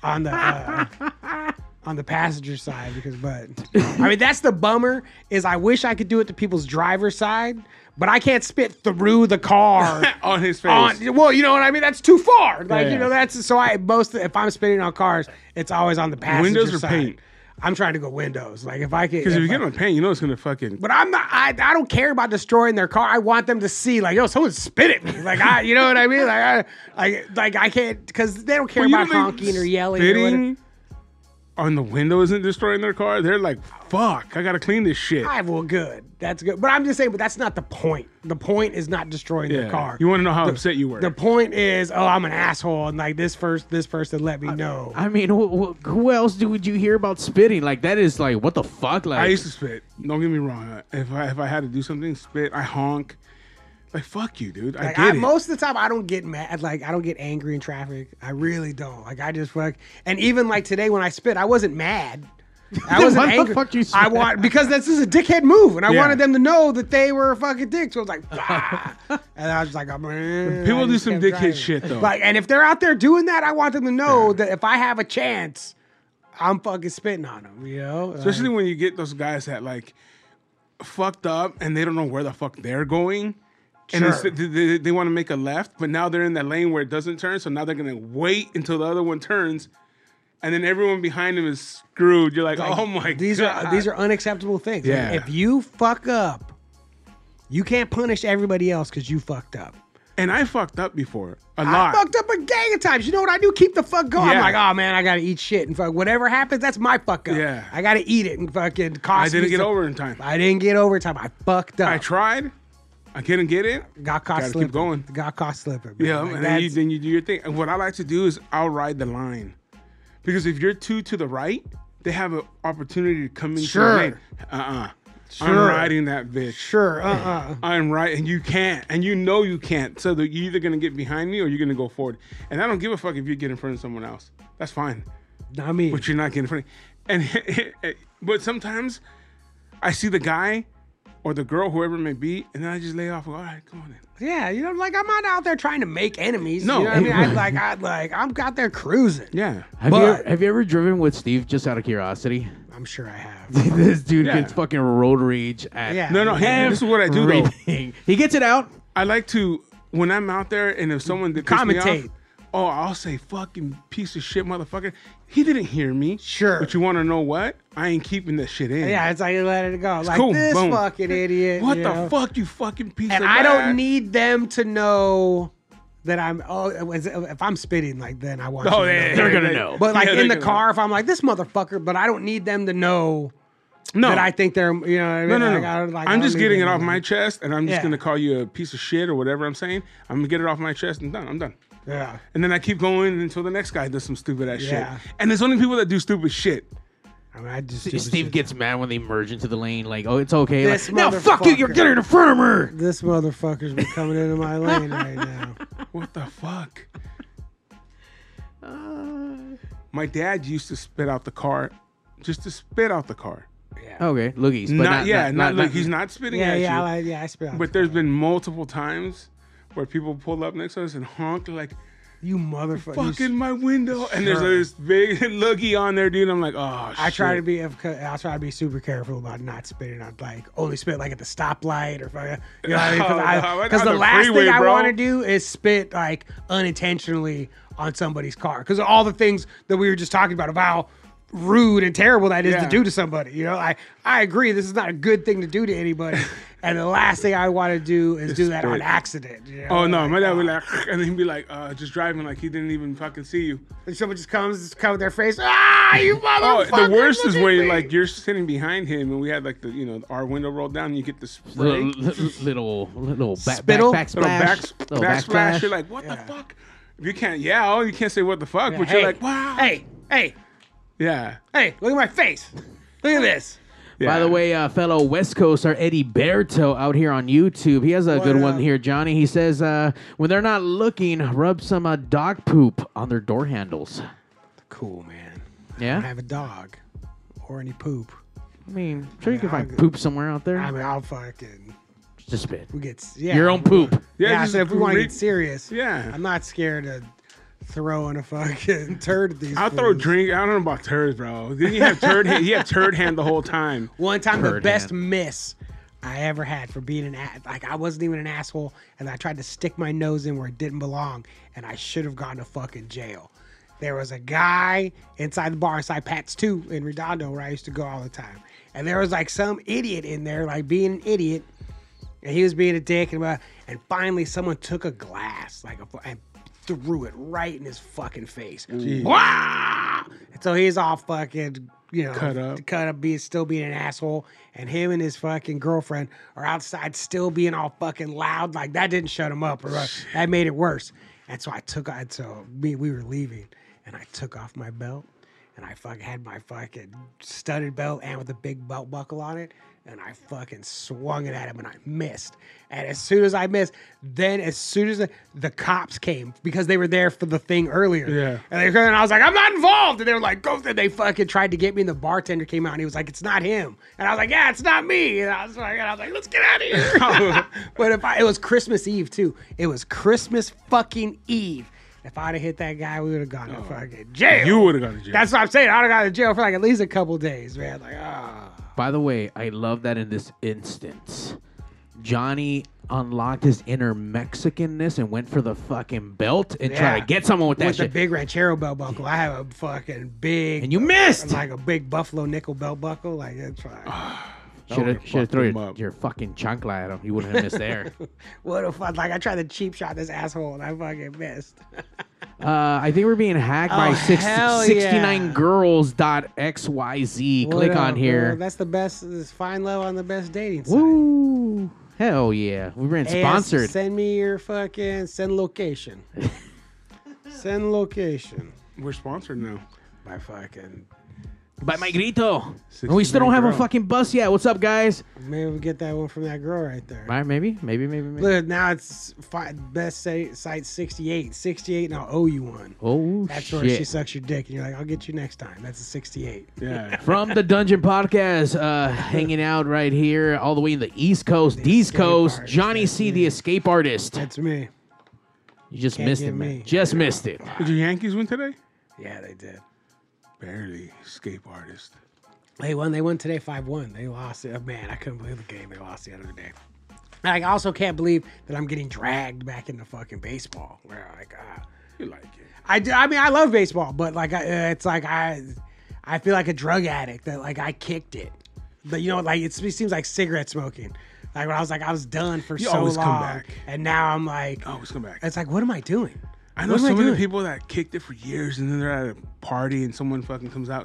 S3: on the uh, on the passenger side because but I mean that's the bummer is I wish I could do it to people's driver's side, but I can't spit through the car
S1: on his face.
S3: on well you know what i mean that's too far like
S1: Yeah.
S3: you know that's so i most if i'm spinning on cars it's always on the passenger
S1: Windows or
S3: side.
S1: paint?
S3: i'm trying to go windows like if i can
S1: Because if you
S3: I-
S1: get on pain, you know it's gonna fucking.
S3: but i'm not I, I don't care about destroying their car i want them to see like yo someone spit at me like i you know what i mean like i like, like i can't because they don't care
S1: You
S3: about
S1: know, like,
S3: honking or yelling or whatever.
S1: spitting on the window isn't destroying their car. They're like, fuck, I gotta clean this shit.
S3: I will good. That's good. But I'm just saying, but that's not the point. The point is not destroying
S1: Yeah.
S3: the car.
S1: You wanna know how upset you were.
S3: The point is, oh, I'm an asshole, and like this first, this person let me know.
S4: I mean, who, who else do would you hear about spitting? Like that is like what the fuck? Like
S1: I used to spit. Don't get me wrong. Uh, If I if I had to do something, spit. I honk. Like fuck you, dude. I
S3: Like,
S1: did
S3: I,
S1: it.
S3: most of the time, I don't get mad. Like I don't get angry in traffic. I really don't. Like I just fuck. And even like today when I spit, I wasn't mad. I
S4: Then
S3: wasn't
S4: why the
S3: angry.
S4: fuck you
S3: I
S4: spit?
S3: want because this is a dickhead move, and I
S1: Yeah.
S3: wanted them to know that they were a fucking dick. So I was like, "Ah." and I was like, I'm, eh,
S1: People
S3: I
S1: do
S3: just
S1: some
S3: kept
S1: dickhead
S3: driving.
S1: shit, though.
S3: Like, and if they're out there doing that, I want them to know that if I have a chance, I'm fucking spitting on them. You know,
S1: Especially when you get those guys that like fucked up and they don't know where the fuck they're going. And it's,
S3: Sure.
S1: they, they, they want to make a left, but now they're in that lane where it doesn't turn. So now they're gonna wait until the other one turns, and then everyone behind them is screwed. You're like, oh my
S3: these
S1: god,
S3: are these are unacceptable things. Like,
S1: Yeah.
S3: if you fuck up, you can't punish everybody else because you fucked up.
S1: And I fucked up before a
S3: I
S1: lot.
S3: fucked up a gang of times. You know what I do? Keep the fuck going.
S1: Yeah.
S3: I'm like, oh man, I gotta eat shit and fuck. Whatever happens, that's my fuck up.
S1: Yeah.
S3: I gotta eat it and fucking cost.
S1: I didn't
S3: me
S1: get
S3: some-
S1: over in time.
S3: I didn't get overtime. I fucked up.
S1: I tried. I couldn't get it.
S3: got caught
S1: Gotta keep
S3: slipping.
S1: going.
S3: Got caught slipping. man.
S1: Yeah,
S3: Like,
S1: and then you,
S3: that's-
S1: then you do your thing. And what I like to do is I'll ride the line, because if you're two to the right, they have an opportunity to come in.
S3: Sure.
S1: Uh uh-uh. uh. I'm
S3: Sure.
S1: riding that bitch.
S3: sure. Uh. uh
S1: I'm right, and you can't, and you know you can't. So that you're either gonna get behind me or you're gonna go forward. And I don't give a fuck if you get in front of someone else. That's fine,
S3: I mean,
S1: but you're not getting in front. Of, and eh, but sometimes I see the guy or the girl, whoever it may be, and then I just lay off. All right, come on in.
S3: yeah, you know, like I'm not out there trying to make enemies.
S1: No.
S3: you know what I mean, I like, I like, I'm out there cruising.
S1: Yeah.
S4: have you
S3: but-
S4: ever, have you ever driven with Steve just out of curiosity?
S3: I'm sure I have.
S4: this dude
S1: Yeah.
S4: gets fucking road rage at
S3: Yeah.
S1: No, no. This is what I do though.
S4: everything. He gets it out.
S1: I like to when I'm out there and if someone did piss me off,
S3: Commentate.
S1: oh, I'll say fucking piece of shit, motherfucker. He didn't hear me.
S3: Sure.
S1: But you want to know what? I ain't keeping that shit in.
S3: Yeah, it's like you let it go. like
S1: cool,
S3: this
S1: boom.
S3: fucking idiot.
S1: What
S3: you
S1: the
S3: know?
S1: fuck, you fucking piece
S3: And
S1: of bad-
S3: I don't need them to know that I'm. Oh, is- if I'm spitting, like then I want.
S1: Oh,
S3: you to
S1: yeah,
S3: know.
S1: yeah,
S4: They're gonna
S1: yeah.
S4: know.
S3: But like
S1: Yeah,
S3: in the
S1: they're gonna-
S3: car, if I'm like this motherfucker, but I don't need them to know
S1: no.
S3: that I think they're. You know what I mean?
S1: no, no, no.
S3: Like, I don't- like, I
S1: I'm
S3: don't
S1: just
S3: need
S1: getting it
S3: them to
S1: off
S3: know.
S1: my chest, and I'm just
S3: Yeah.
S1: gonna call you a piece of shit or whatever I'm saying. I'm gonna get it off my chest and done. I'm done.
S3: Yeah.
S1: And then I keep going until the next guy does some stupid ass
S3: Yeah.
S1: shit. And there's only people that do stupid shit.
S3: I mean, I just
S4: Steve gets mad when they merge into the lane. Like, oh, it's okay.
S3: This
S4: Like, now, fuck you. You're
S3: motherfucker.
S4: getting a firmer.
S3: This motherfucker's been coming into my lane right now.
S1: What the fuck?
S3: Uh.
S1: My dad used to spit out the car, just to spit out the car.
S4: Okay, loogies. But
S1: Not,
S4: not,
S1: yeah,
S4: not,
S1: not,
S4: not-
S1: like
S4: not-
S1: he's not spitting
S3: Yeah,
S1: at
S3: yeah,
S1: you.
S3: I like, yeah. I spit out.
S1: but there's been multiple times where people pull up next to us and honk like
S3: you motherfucker. you
S1: fucking my window, and there's this big loogie on there, dude. I'm like, oh,
S3: I try to
S1: shit.
S3: be, I try to be super careful about not spitting. I like only spit like at the stoplight or fucking, you know what I mean?
S1: Oh, no,
S3: Because
S1: on
S3: the
S1: the
S3: last
S1: freeway,
S3: thing I
S1: bro.
S3: want to do is spit like unintentionally on somebody's car. Because of all the things that we were just talking about, of how rude and terrible that is
S1: Yeah.
S3: to do to somebody. You know, I I agree. This is not a good thing to do to anybody. and the last thing I want to do is do that on
S1: spit.
S3: accident. you know?
S1: Oh no,
S3: Like,
S1: my dad
S3: uh,
S1: would like, and then he'd be like, uh, just driving like he didn't even fucking see you.
S3: and someone just comes, just cover their face. Ah, you
S1: Oh,
S3: motherfucker!
S1: the worst
S3: look
S1: is
S3: at
S1: when
S3: me."
S1: like you're sitting behind him, and we had like the you know our window rolled down, and you get the spray, little
S4: little little, little back,
S3: Spittle?
S4: back,
S3: Little
S4: backsplash,
S1: back,
S4: little
S1: backsplash.
S4: backsplash.
S1: You're like, what the fuck? You can't yell, you can't say what the fuck, but you're
S3: Hey,
S1: like, wow,
S3: Hey, hey,
S1: yeah.
S3: Hey, look at my face. Look at this.
S1: yeah.
S4: By the way, uh, fellow West Coast, our Eddie Berto out here on YouTube. He has a good
S3: What
S4: one
S3: up?
S4: here, Johnny. He says, uh, when they're not looking, rub some uh, dog poop on their door handles.
S3: Cool, man. I
S4: Yeah?
S3: have a dog or any poop.
S4: I mean, sure you can
S3: I-
S4: find poop somewhere out there.
S3: I mean, I'll fucking.
S4: Just spit.
S3: We get. Yeah.
S4: Your own poop.
S1: Yeah,
S3: Yeah,
S1: just
S3: so if we want to
S1: re-
S3: get serious,
S1: Yeah.
S3: I'm not scared of throwing a fucking turd at these.
S1: I'll throw a
S3: fools.
S1: drink. I don't know about turds, bro. Then you have turd. hand, he had turd hand the whole time.
S3: One time, the
S4: Turd
S3: best
S4: hand.
S3: miss I ever had for being an a- like I wasn't even an asshole, and I tried to stick my nose in where it didn't belong, and I should have gone to fucking jail. There was a guy inside the bar inside Pat's Two in Redondo where I used to go all the time, and there was like some idiot in there like being an idiot, and he was being a dick, and blah, and finally someone took a glass like a fu- and threw it right in his fucking face. Wah! And so he's all fucking, you know,
S1: Cut up.
S3: cut up, being still being an asshole, and him and his fucking girlfriend are outside still being all fucking loud. Like that didn't shut him up, or uh, that made it worse. And so I took, I so me, we were leaving, and I took off my belt, and I fucking had my fucking studded belt and with a big belt buckle on it. And I fucking swung it at him and I missed. And as soon as I missed, then as soon as the, the cops came because they were there for the thing earlier.
S1: Yeah.
S3: And, they, and I was like, I'm not involved. And they were like, go. And they fucking tried to get me. And the bartender came out and he was like, it's not him. And I was like, yeah, it's not me. And I was like, and I was like let's get out of here. but if I, it was Christmas Eve too. It was Christmas fucking Eve. If I'd have hit that guy, we would have gone to fucking jail.
S1: You would have gone to jail.
S3: That's what I'm saying. I'd have gone to jail for like at least a couple days, man. Like, ah.
S4: By the way, I love that in this instance, Johnny unlocked his inner Mexicanness and went for the fucking belt and tried
S3: Yeah.
S4: to get someone with that
S3: with the
S4: shit.
S3: big ranchero belt buckle. I have a fucking big
S4: and you missed.
S3: like a big buffalo nickel belt buckle. Like that's right.
S4: Should have
S1: would've
S4: should have
S1: fucked
S4: thrown
S1: him
S4: your,
S1: up.
S4: your fucking chancla at him. You wouldn't have missed there.
S3: what a fuck! Like I tried to cheap shot this asshole and I fucking missed.
S4: Uh, I think we're being hacked by
S3: Oh,
S4: six,
S3: hell
S4: 69girls.xyz. Click
S3: What
S4: on
S3: up,
S4: here.
S3: bro? That's the best. This fine love on the best dating site.
S4: Woo! Hell yeah. We're being
S3: Hey,
S4: sponsored.
S3: Send me your fucking send location. send location
S1: We're sponsored now.
S3: by fucking.
S4: by my grito. And we still don't have a
S1: 69girl.
S4: fucking bus yet. What's up, guys?
S3: Maybe we get that one from that girl right there.
S4: All right, maybe, maybe, maybe, maybe.
S3: Look, now it's fi- best site site 68. 68, and I'll owe you one.
S4: Oh,
S3: That's
S4: shit.
S3: where she sucks your dick, and you're like, I'll get you next time. That's a 68.
S1: Yeah.
S4: From the Dungeon Podcast, uh, hanging out right here, all the way in the East Coast, East
S3: escape
S4: Coast.
S3: artist,
S4: Johnny
S3: that's
S4: C, the escape artist.
S3: That's me.
S4: You just
S3: Can't
S4: missed it,
S3: get
S4: man.
S3: me.
S4: Just missed it.
S1: Did your Yankees win today?
S3: Yeah, they did.
S1: Barely. Escape artist.
S3: They won. They won today 5 1. They lost it. Oh, man, I couldn't believe the game they lost the other day. And I also can't believe that I'm getting dragged back into fucking baseball. Where, like, uh,
S1: You like it?
S3: I, do, I mean, I love baseball, but like, I, uh, it's like I, I feel like a drug addict that like I kicked it. But you know, like it's, it seems like cigarette smoking. Like when I was like I was done for so
S1: always
S3: long,
S1: come back.
S3: and now I'm like,
S1: Oh, it's come back.
S3: it's like, what am I doing?
S1: I know
S3: what am
S1: so
S3: I
S1: many
S3: doing?
S1: people that kicked it for years, and then they're at a party, and someone fucking comes out.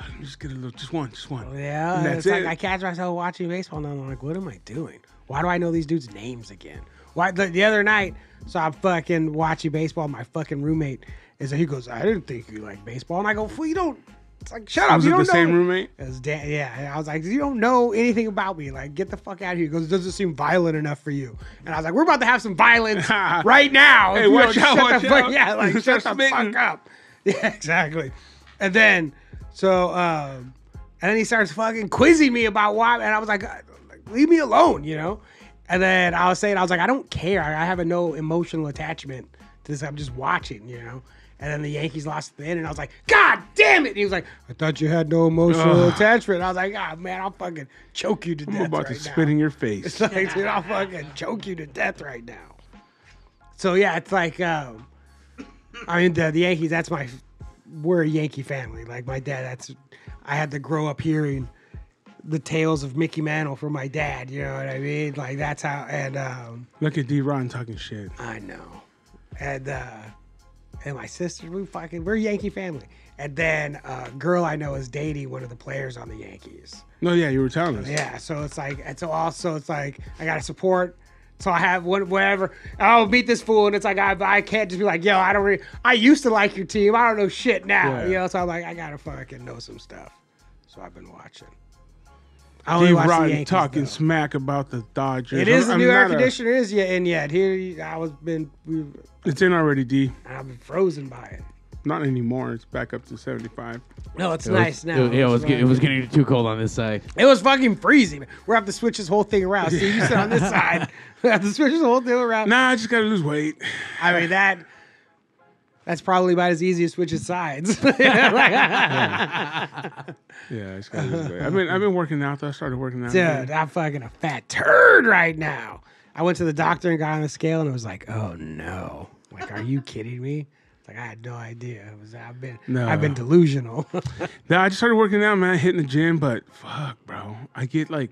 S1: "Uh, Let me just get a little, just one, just one.
S3: Oh, Yeah,
S1: And
S3: it's
S1: that's
S3: like
S1: it.
S3: I catch myself watching baseball now. And I'm like, what am I doing? Why do I know these dudes' names again? Why the, the other night? So I'm fucking watching baseball. My fucking roommate is he goes, I didn't think you like baseball, and I go, well, you don't. It's like shut up.
S1: Was
S3: you
S1: it
S3: don't
S1: the same
S3: know.
S1: roommate?
S3: It was Dan, yeah. And I was like, you don't know anything about me. Like, get the fuck out of here. He goes, it doesn't seem violent enough for you. And I was like, we're about to have some violence right now.
S1: Hey,
S3: If you
S1: watch out,
S3: don't shut the
S1: watch
S3: fuck-
S1: out.
S3: Yeah, like,
S1: Start
S3: shut the
S1: spitting.
S3: fuck up. Yeah, exactly. And then, so, um, and then he starts fucking quizzing me about why, and I was like, uh, like, leave me alone, you know? And then I was saying, I was like, I don't care. I have a no emotional attachment to this. I'm just watching, you know? And then the Yankees lost at the end, and I was like, God damn it! And he was like, I thought you had no emotional attachment. I was like, Ah, man, I'll fucking choke you to
S1: I'm
S3: death.
S1: about to
S3: right now."
S1: spit in your face.
S3: It's like, dude, I'll fucking choke you to death right now. So yeah, it's like, um, I mean, the, the Yankees. That's my, we're a Yankee family. Like my dad. That's, I had to grow up hearing the tales of Mickey Mantle from my dad. You know what I mean? Like that's how. And um,
S1: Look at D. Ron talking shit.
S3: I know. And uh, and my sister, we fucking, we're a Yankee family. And then a girl I know is dating one of the players on the Yankees.
S1: No, yeah, you were telling us.
S3: Yeah, so it's like, and so also it's like I gotta support. So I have what, whatever. I'll beat this fool, and it's like I, I can't just be like, yo, I don't. Re- I used to like your team. I don't know shit now.
S1: Yeah.
S3: You know, so I'm like, I gotta fucking know some stuff. So I've been watching. I
S1: D.
S3: only watch the
S1: Ron
S3: Yankees,
S1: talking
S3: though.
S1: smack about the Dodgers.
S3: It is
S1: I'm-
S3: the new
S1: I'm
S3: air
S1: not a-
S3: conditioner is yet in yet. Here I was been, we,
S1: It's in already, D.
S3: I've been frozen by it.
S1: Not anymore. It's back up to 75.
S3: No, it's
S4: It was-
S3: nice now.
S4: It, yeah, it was, get- it
S3: fine.
S4: was getting too cold on this side.
S3: It was fucking freezing. man. We're gonna have to switch this whole thing around. See, you sit on this side. We have to switch this whole thing around.
S1: Nah, I just gotta lose weight.
S3: I mean that. That's probably about as easy as switching sides. Like,
S1: Yeah, I just gotta lose weight. I've been I've been working out. Though. I started working out.
S3: dude, I'm fucking a fat turd right now. I went to the doctor and got on the scale and it was like, oh no. Like, are you kidding me? Like, I had no idea. It was, I've been,
S1: No.
S3: I've been delusional.
S1: Nah, I just started working out, man. Hitting the gym, but fuck, bro, I get like.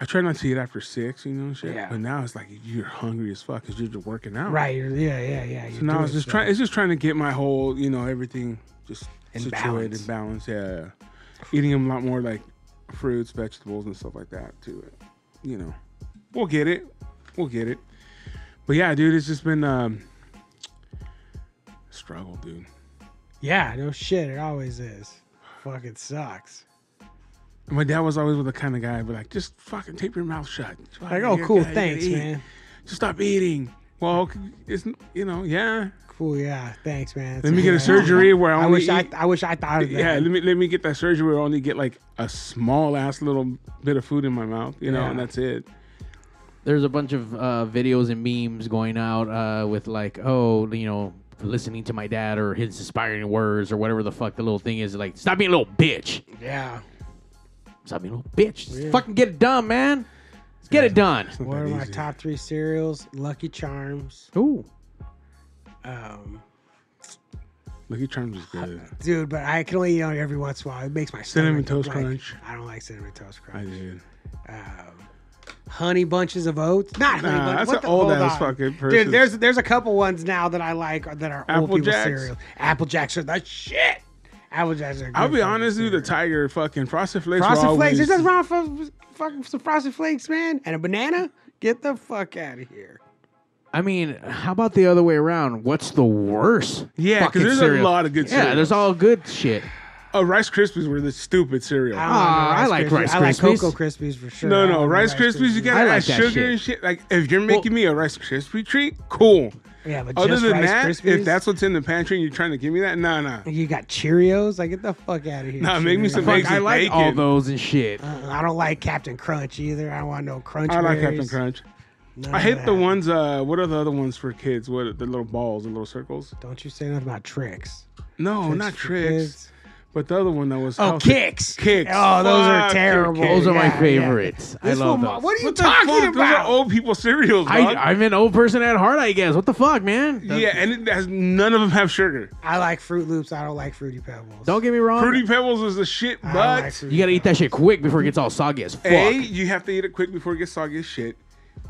S1: I try not to eat after six, you know, and shit.
S3: Yeah.
S1: But now it's like you're hungry as fuck because you're just working out.
S3: right? you're- Yeah, yeah, yeah.
S1: So now it's just trying. It's just trying to get my whole, you know, everything just
S3: In
S1: situated and balanced. Yeah, eating a lot more like fruits, vegetables, and stuff like that to it. You know, we'll get it. We'll get it. But yeah, dude, it's just been um, struggle, dude.
S3: Yeah, no shit. It always is. Fucking sucks.
S1: My dad was always with the kind of guy, but like, just fucking tape your mouth shut. Just
S3: Like,
S1: fucking
S3: oh,
S1: you're
S3: cool.
S1: good, you gotta
S3: Thanks,
S1: eat.
S3: man.
S1: Just stop eating. Well, it's you know, yeah.
S3: Cool. Yeah. Thanks, man.
S1: Let me get a surgery where I
S3: I
S1: only
S3: wish I,
S1: eat-
S3: I wish I thought of that.
S1: Yeah, let me let me get that surgery where I only get like a small ass little bit of food in my mouth, you know,
S3: Yeah.
S1: and that's it.
S4: there's a bunch of uh, videos and memes going out uh, with like, oh, you know, listening to my dad or his inspiring words or whatever the fuck the little thing is. Like, stop being a little bitch.
S3: yeah.
S4: Stop being a little bitch. Just fucking get it done, man. Let's get it done.
S3: What
S1: that
S3: are my
S1: easy.
S3: top three cereals? Lucky Charms.
S4: Ooh.
S3: Um,
S1: Lucky Charms is good.
S3: dude, but I can only eat on it every once in a while. It makes my
S1: Cinnamon
S3: stomach,
S1: Toast
S3: like-
S1: Crunch.
S3: I don't like cinnamon toast crunch.
S1: I did.
S3: Um, honey bunches of oats. Not honey
S1: Nah,
S3: bunches.
S1: that's
S3: what
S1: an
S3: the-
S1: old
S3: hold
S1: ass
S3: on.
S1: fucking
S3: Dude,
S1: person.
S3: there's there's a couple ones now that I like that are old
S1: Apple
S3: people
S1: Jacks.
S3: cereals. Apple Jacks are the shit. Apple Jacks are. Good
S1: I'll be
S3: fucking
S1: honest, dude. The
S3: cereal.
S1: tiger fucking frosted flakes. were
S3: Frosted Flakes.
S1: always-
S3: There's nothing wrong with fu- fucking some Frosted Flakes, man. And a banana. Get the fuck out of here.
S4: I mean, how about the other way around? What's the worst?
S1: Yeah, 'cause
S4: fucking
S1: there's a
S4: cereal?
S1: lot of good
S4: Yeah,
S1: cereals.
S4: there's all good shit.
S1: Oh, Rice Krispies were the stupid cereal.
S3: don't know,
S4: Ah, I like Rice
S3: I like
S4: Krispies.
S3: Cocoa Krispies for sure. I
S1: No,
S3: don't
S1: no,
S3: like
S1: Rice Krispies. You gotta
S4: I like
S1: add
S4: that
S1: sugar
S4: shit.
S1: and shit. Like, if you're making me a Rice Krispie treat, cool.
S3: Yeah, but
S1: Other
S3: just
S1: than
S3: Rice
S1: that,
S3: Krispies.
S1: if that's what's in the pantry and you're trying to give me that, nah, nah.
S3: you got Cheerios, like get the fuck out of here.
S1: Nah, make me
S3: Cheerios.
S1: some
S4: Fuck,
S1: eggs
S4: I
S1: and
S4: like all
S1: bacon.
S4: those and shit.
S3: Uh, I don't like Captain Crunch either. I don't want no Crunch.
S1: I like Captain
S3: berries.
S1: Crunch.
S3: None
S1: I
S3: of
S1: hate the
S3: that.
S1: ones. Uh, what are the other ones for kids? What are the little balls, the little circles?
S3: Don't you say nothing about tricks.
S1: No, Oh, not
S3: for
S1: tricks.
S3: kids.
S1: But the other one that was
S3: Oh,
S1: healthy.
S3: kicks.
S1: Kicks.
S3: Oh, those
S1: Fuck,
S3: are terrible.
S1: Kit Kat.
S4: Those are my
S3: Yeah, yeah.
S4: favorites. I
S3: This
S4: love
S3: one-
S4: those.
S3: What are you
S1: What the fuck?
S3: talking
S1: Those are
S3: about?
S1: old people cereals, dog.
S4: I, I'm an old person at heart, I guess. What the fuck, man?
S1: yeah, and it has none of them have sugar.
S3: I like Fruit Loops. I don't like Fruity Pebbles.
S4: Don't get me wrong.
S1: Fruity Pebbles is the shit,
S3: I
S1: but
S3: don't like Fruity
S4: You gotta eat that shit quick before it gets all soggy as fuck.
S1: a you have to eat it quick before it gets soggy as shit.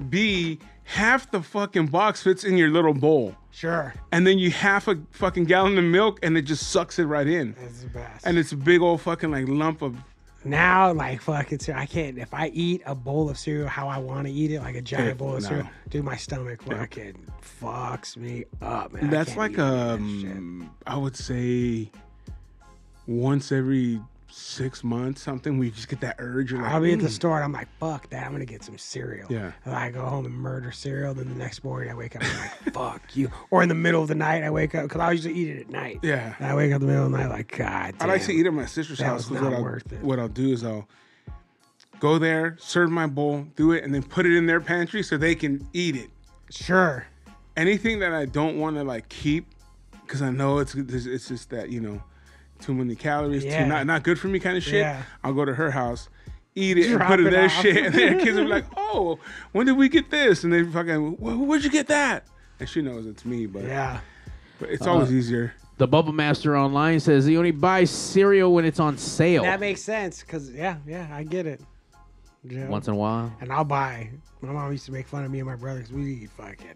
S1: B half the fucking box fits in your little bowl,
S3: Sure,
S1: and then you half a fucking gallon of milk, and it just sucks it right in,
S3: that's the best.
S1: and it's a big old fucking like lump of
S3: now, like fucking, cere- I can't. If I eat a bowl of cereal, how I want to eat it, like a giant
S1: Yeah,
S3: bowl of
S1: no.
S3: cereal, dude, my stomach fucking fucks me up, man. I
S1: That's um,
S3: can't
S1: like
S3: eat any of that shit.
S1: um, I would say once every six months, something, where you just get that urge. You're like,
S3: I'll be at the
S1: "Mm."
S3: store and I'm like, fuck that. I'm going to get some cereal.
S1: Yeah.
S3: And I go home and murder cereal. Then the next morning I wake up and I'm like, fuck you. Or in the middle of the night, I wake up because I usually eat it at night.
S1: Yeah.
S3: And I wake up in the middle of the night like, God
S1: I
S3: damn.
S1: like to eat at my sister's
S3: That
S1: house
S3: was
S1: 'cause what
S3: not
S1: I'll,
S3: worth it.
S1: what I'll do is I'll go there, serve my bowl, do it, and then put it in their pantry so they can eat it.
S3: Sure.
S1: Anything that I don't want to like keep because I know it's it's it's just that you know too many calories,
S3: Yeah.
S1: too not not good for me kind of shit.
S3: Yeah.
S1: I'll go to her house. Eat it and
S3: Drop
S1: put it
S3: it
S1: in their
S3: off.
S1: shit, and their kids will be like, "Oh, when did we get this?" And they fucking, "Wh- "Where'd you get that?" And she knows it's me, but,
S3: Yeah. Uh-huh.
S1: but it's always easier.
S4: The Bubble Master online says he only buys cereal when it's on sale.
S3: That makes sense because, yeah, yeah, I get it. Yeah.
S4: Once in a while.
S3: and I'll buy. My mom used to make fun of me and my brother because we eat fucking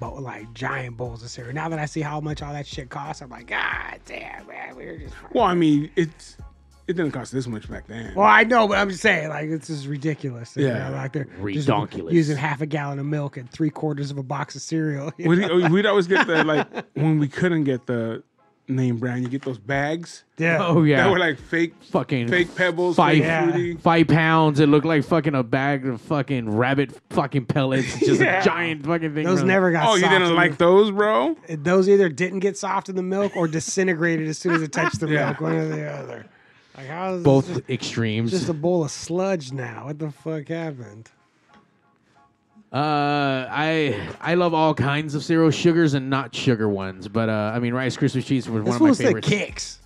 S3: bowl, like giant bowls of cereal. Now that I see how much all that shit costs, I'm like, God damn, man, we were just.
S1: Well, I mean, it's it didn't cost this much back then.
S3: Well, I know, but I'm just saying, like, this is ridiculous. You
S1: Yeah.
S3: know, like they're just
S4: Redonkulous.
S3: using half a gallon of milk and three quarters of a box of cereal. you know?
S1: We'd, we'd always get the like when we couldn't get the name brand, you get those bags
S3: Yeah.
S4: Oh yeah.
S1: that were like fake,
S4: fucking
S1: fake pebbles,
S4: Five,
S1: fake
S3: Yeah.
S1: fruity.
S4: five pounds. It looked like fucking a bag of fucking rabbit fucking pellets. Just
S3: Yeah.
S4: a giant fucking thing.
S3: Those
S4: from-
S3: never got.
S1: Oh, you
S3: soft in
S1: didn't
S3: the-
S1: like those, bro?
S3: Those either didn't get soft in the milk or disintegrated as soon as it touched the
S1: Yeah.
S3: milk. One or the other. Like how is this
S4: both
S3: just,
S4: extremes.
S3: just a bowl of sludge now? What the fuck happened?
S4: Uh, I I love all kinds of cereal, sugars and not sugar ones. But uh, I mean, Rice Krispie treats was one
S3: This
S4: of my
S3: one said
S4: favorites.
S3: kicks.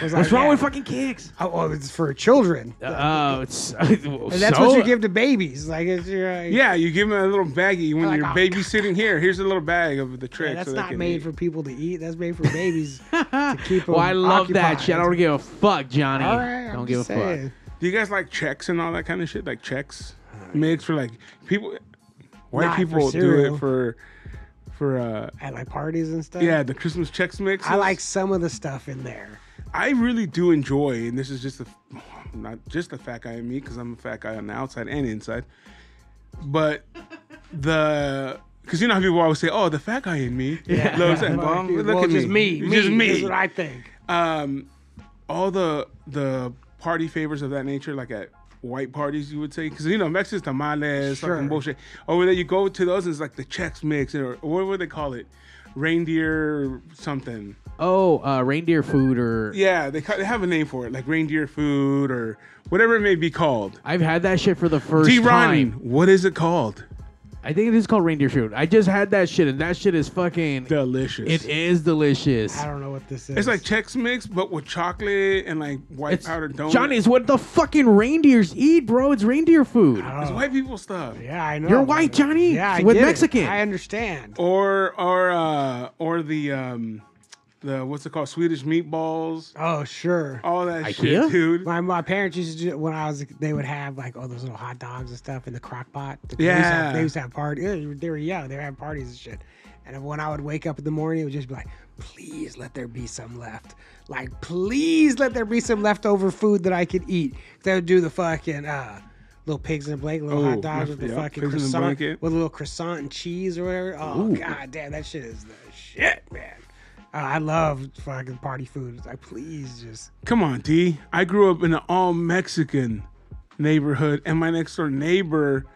S3: What's
S4: What's wrong with fucking kicks?
S3: Oh, well, it's for children.
S4: Uh, it's,
S3: And that's
S4: so?
S3: what you give to babies. Like it's your. Like,
S1: Yeah, you give them a little baggie when
S3: Like,
S1: you're
S3: oh,
S1: babysitting. Here, here's a little bag of the trick.
S3: Yeah, that's
S1: so they
S3: not
S1: can
S3: made
S1: eat.
S3: for people to eat. That's made for babies to keep them.
S4: Well, I love
S3: occupied.
S4: that shit. I don't give a fuck, Johnny.
S3: All right, I'm
S4: don't give a
S3: just saying.
S4: fuck.
S1: Do you guys like checks and all that kind of shit? Like checks mixed for like people. White
S3: Uh, Not for
S1: people do
S3: cereal.
S1: it for for uh
S3: At like parties and stuff.
S1: yeah the Christmas checks mix.
S3: I like some of the stuff in there.
S1: I really do enjoy, and this is just a not just a fat guy in me because I'm a fat guy on the outside and inside, but the because you know how people always say, "Oh, the fat guy in me loves that." Well, Um, look
S3: well,
S1: at
S3: just
S1: me,
S3: me.
S1: It's just me.
S3: That's what I think.
S1: um, all the the party favors of that nature, like at white parties, you would say, because you know Mexican tamales,
S3: Sure.
S1: fucking bullshit. Over there, you go to those, and it's like the Chex mix or whatever they call it, reindeer something.
S4: Oh, uh, reindeer food or
S1: Yeah, they, ca- they have a name for it, like reindeer food or whatever it may be called.
S4: I've had that shit for the first
S1: T. Ronnie,
S4: time.
S1: what is it called?
S4: I think it is called reindeer food. I just had that shit, and that shit is fucking.
S1: Delicious.
S4: It is delicious.
S3: I don't know what this is.
S1: It's like Chex Mix, but with chocolate and like white
S4: It's
S1: powdered donut.
S4: Johnny's what the fucking reindeers eat, bro. It's reindeer food.
S1: It's white people stuff.
S3: Yeah, I know.
S4: You're white, Johnny.
S3: Yeah, I
S4: With
S3: get it.
S4: Mexican.
S3: I understand.
S1: Or or uh or the um the what's it called Swedish meatballs.
S3: Oh, sure.
S1: All that
S4: Ikea?
S1: shit, dude.
S3: My, my parents used to do when I was they would have like all those little hot dogs and stuff in the crock pot. They used to
S1: Yeah.
S3: have, they used to have parties. They were young. They were having parties and shit. And when I would wake up in the morning, it would just be like, please let there be some left. Like, please let there be some leftover food that I could eat. They would do the fucking uh, little pigs in a blanket, little
S1: Oh,
S3: hot dogs with the
S1: yeah,
S3: fucking
S1: pigs in a
S3: croissant,
S1: blanket.
S3: with a little croissant and cheese or whatever. Oh god damn, that shit is the shit, man. Uh, I love fucking party food. It's like, please just
S1: Come on, D. I grew up in an all Mexican neighborhood, and my next door neighbor,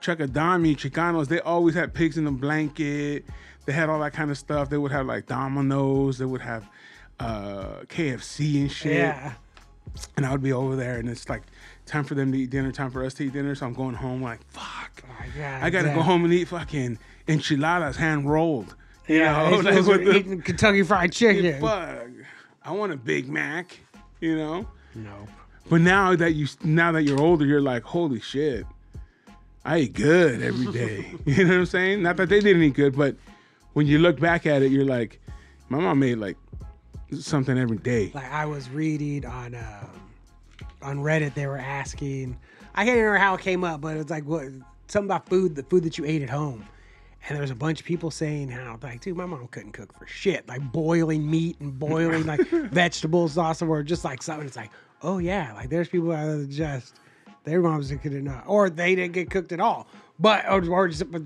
S1: Chacadami, Chicanos, they always had pigs in a blanket. They had all that kind of stuff. They would have like Domino's, they would have uh, KFC and shit.
S3: yeah.
S1: And I would be over there, and it's like time for them to eat dinner, time for us to eat dinner. So I'm going home, like, fuck.
S3: God
S1: I gotta
S3: damn.
S1: go home and eat fucking enchiladas hand rolled. You
S3: Yeah,
S1: know,
S3: those
S1: like
S3: those
S1: what
S3: are
S1: the
S3: eating Kentucky Fried Chicken.
S1: fuck? I want a Big Mac, you know?
S3: No.
S1: But now that you now that you're older, you're like, holy shit, I eat good every day. you know what I'm saying? Not that they didn't eat good, but when you look back at it, you're like, my mom made like something every day.
S3: Like I was reading on um, on Reddit, they were asking. I can't remember how it came up, but it's like what something about food, the food that you ate at home. And there was a bunch of people saying how like, dude, my mom couldn't cook for shit, like boiling meat and boiling like vegetables, sauce, or just like something. It's like, oh yeah, like there's people out there that just their moms that couldn't know, or they didn't get cooked at all, but or, or just, but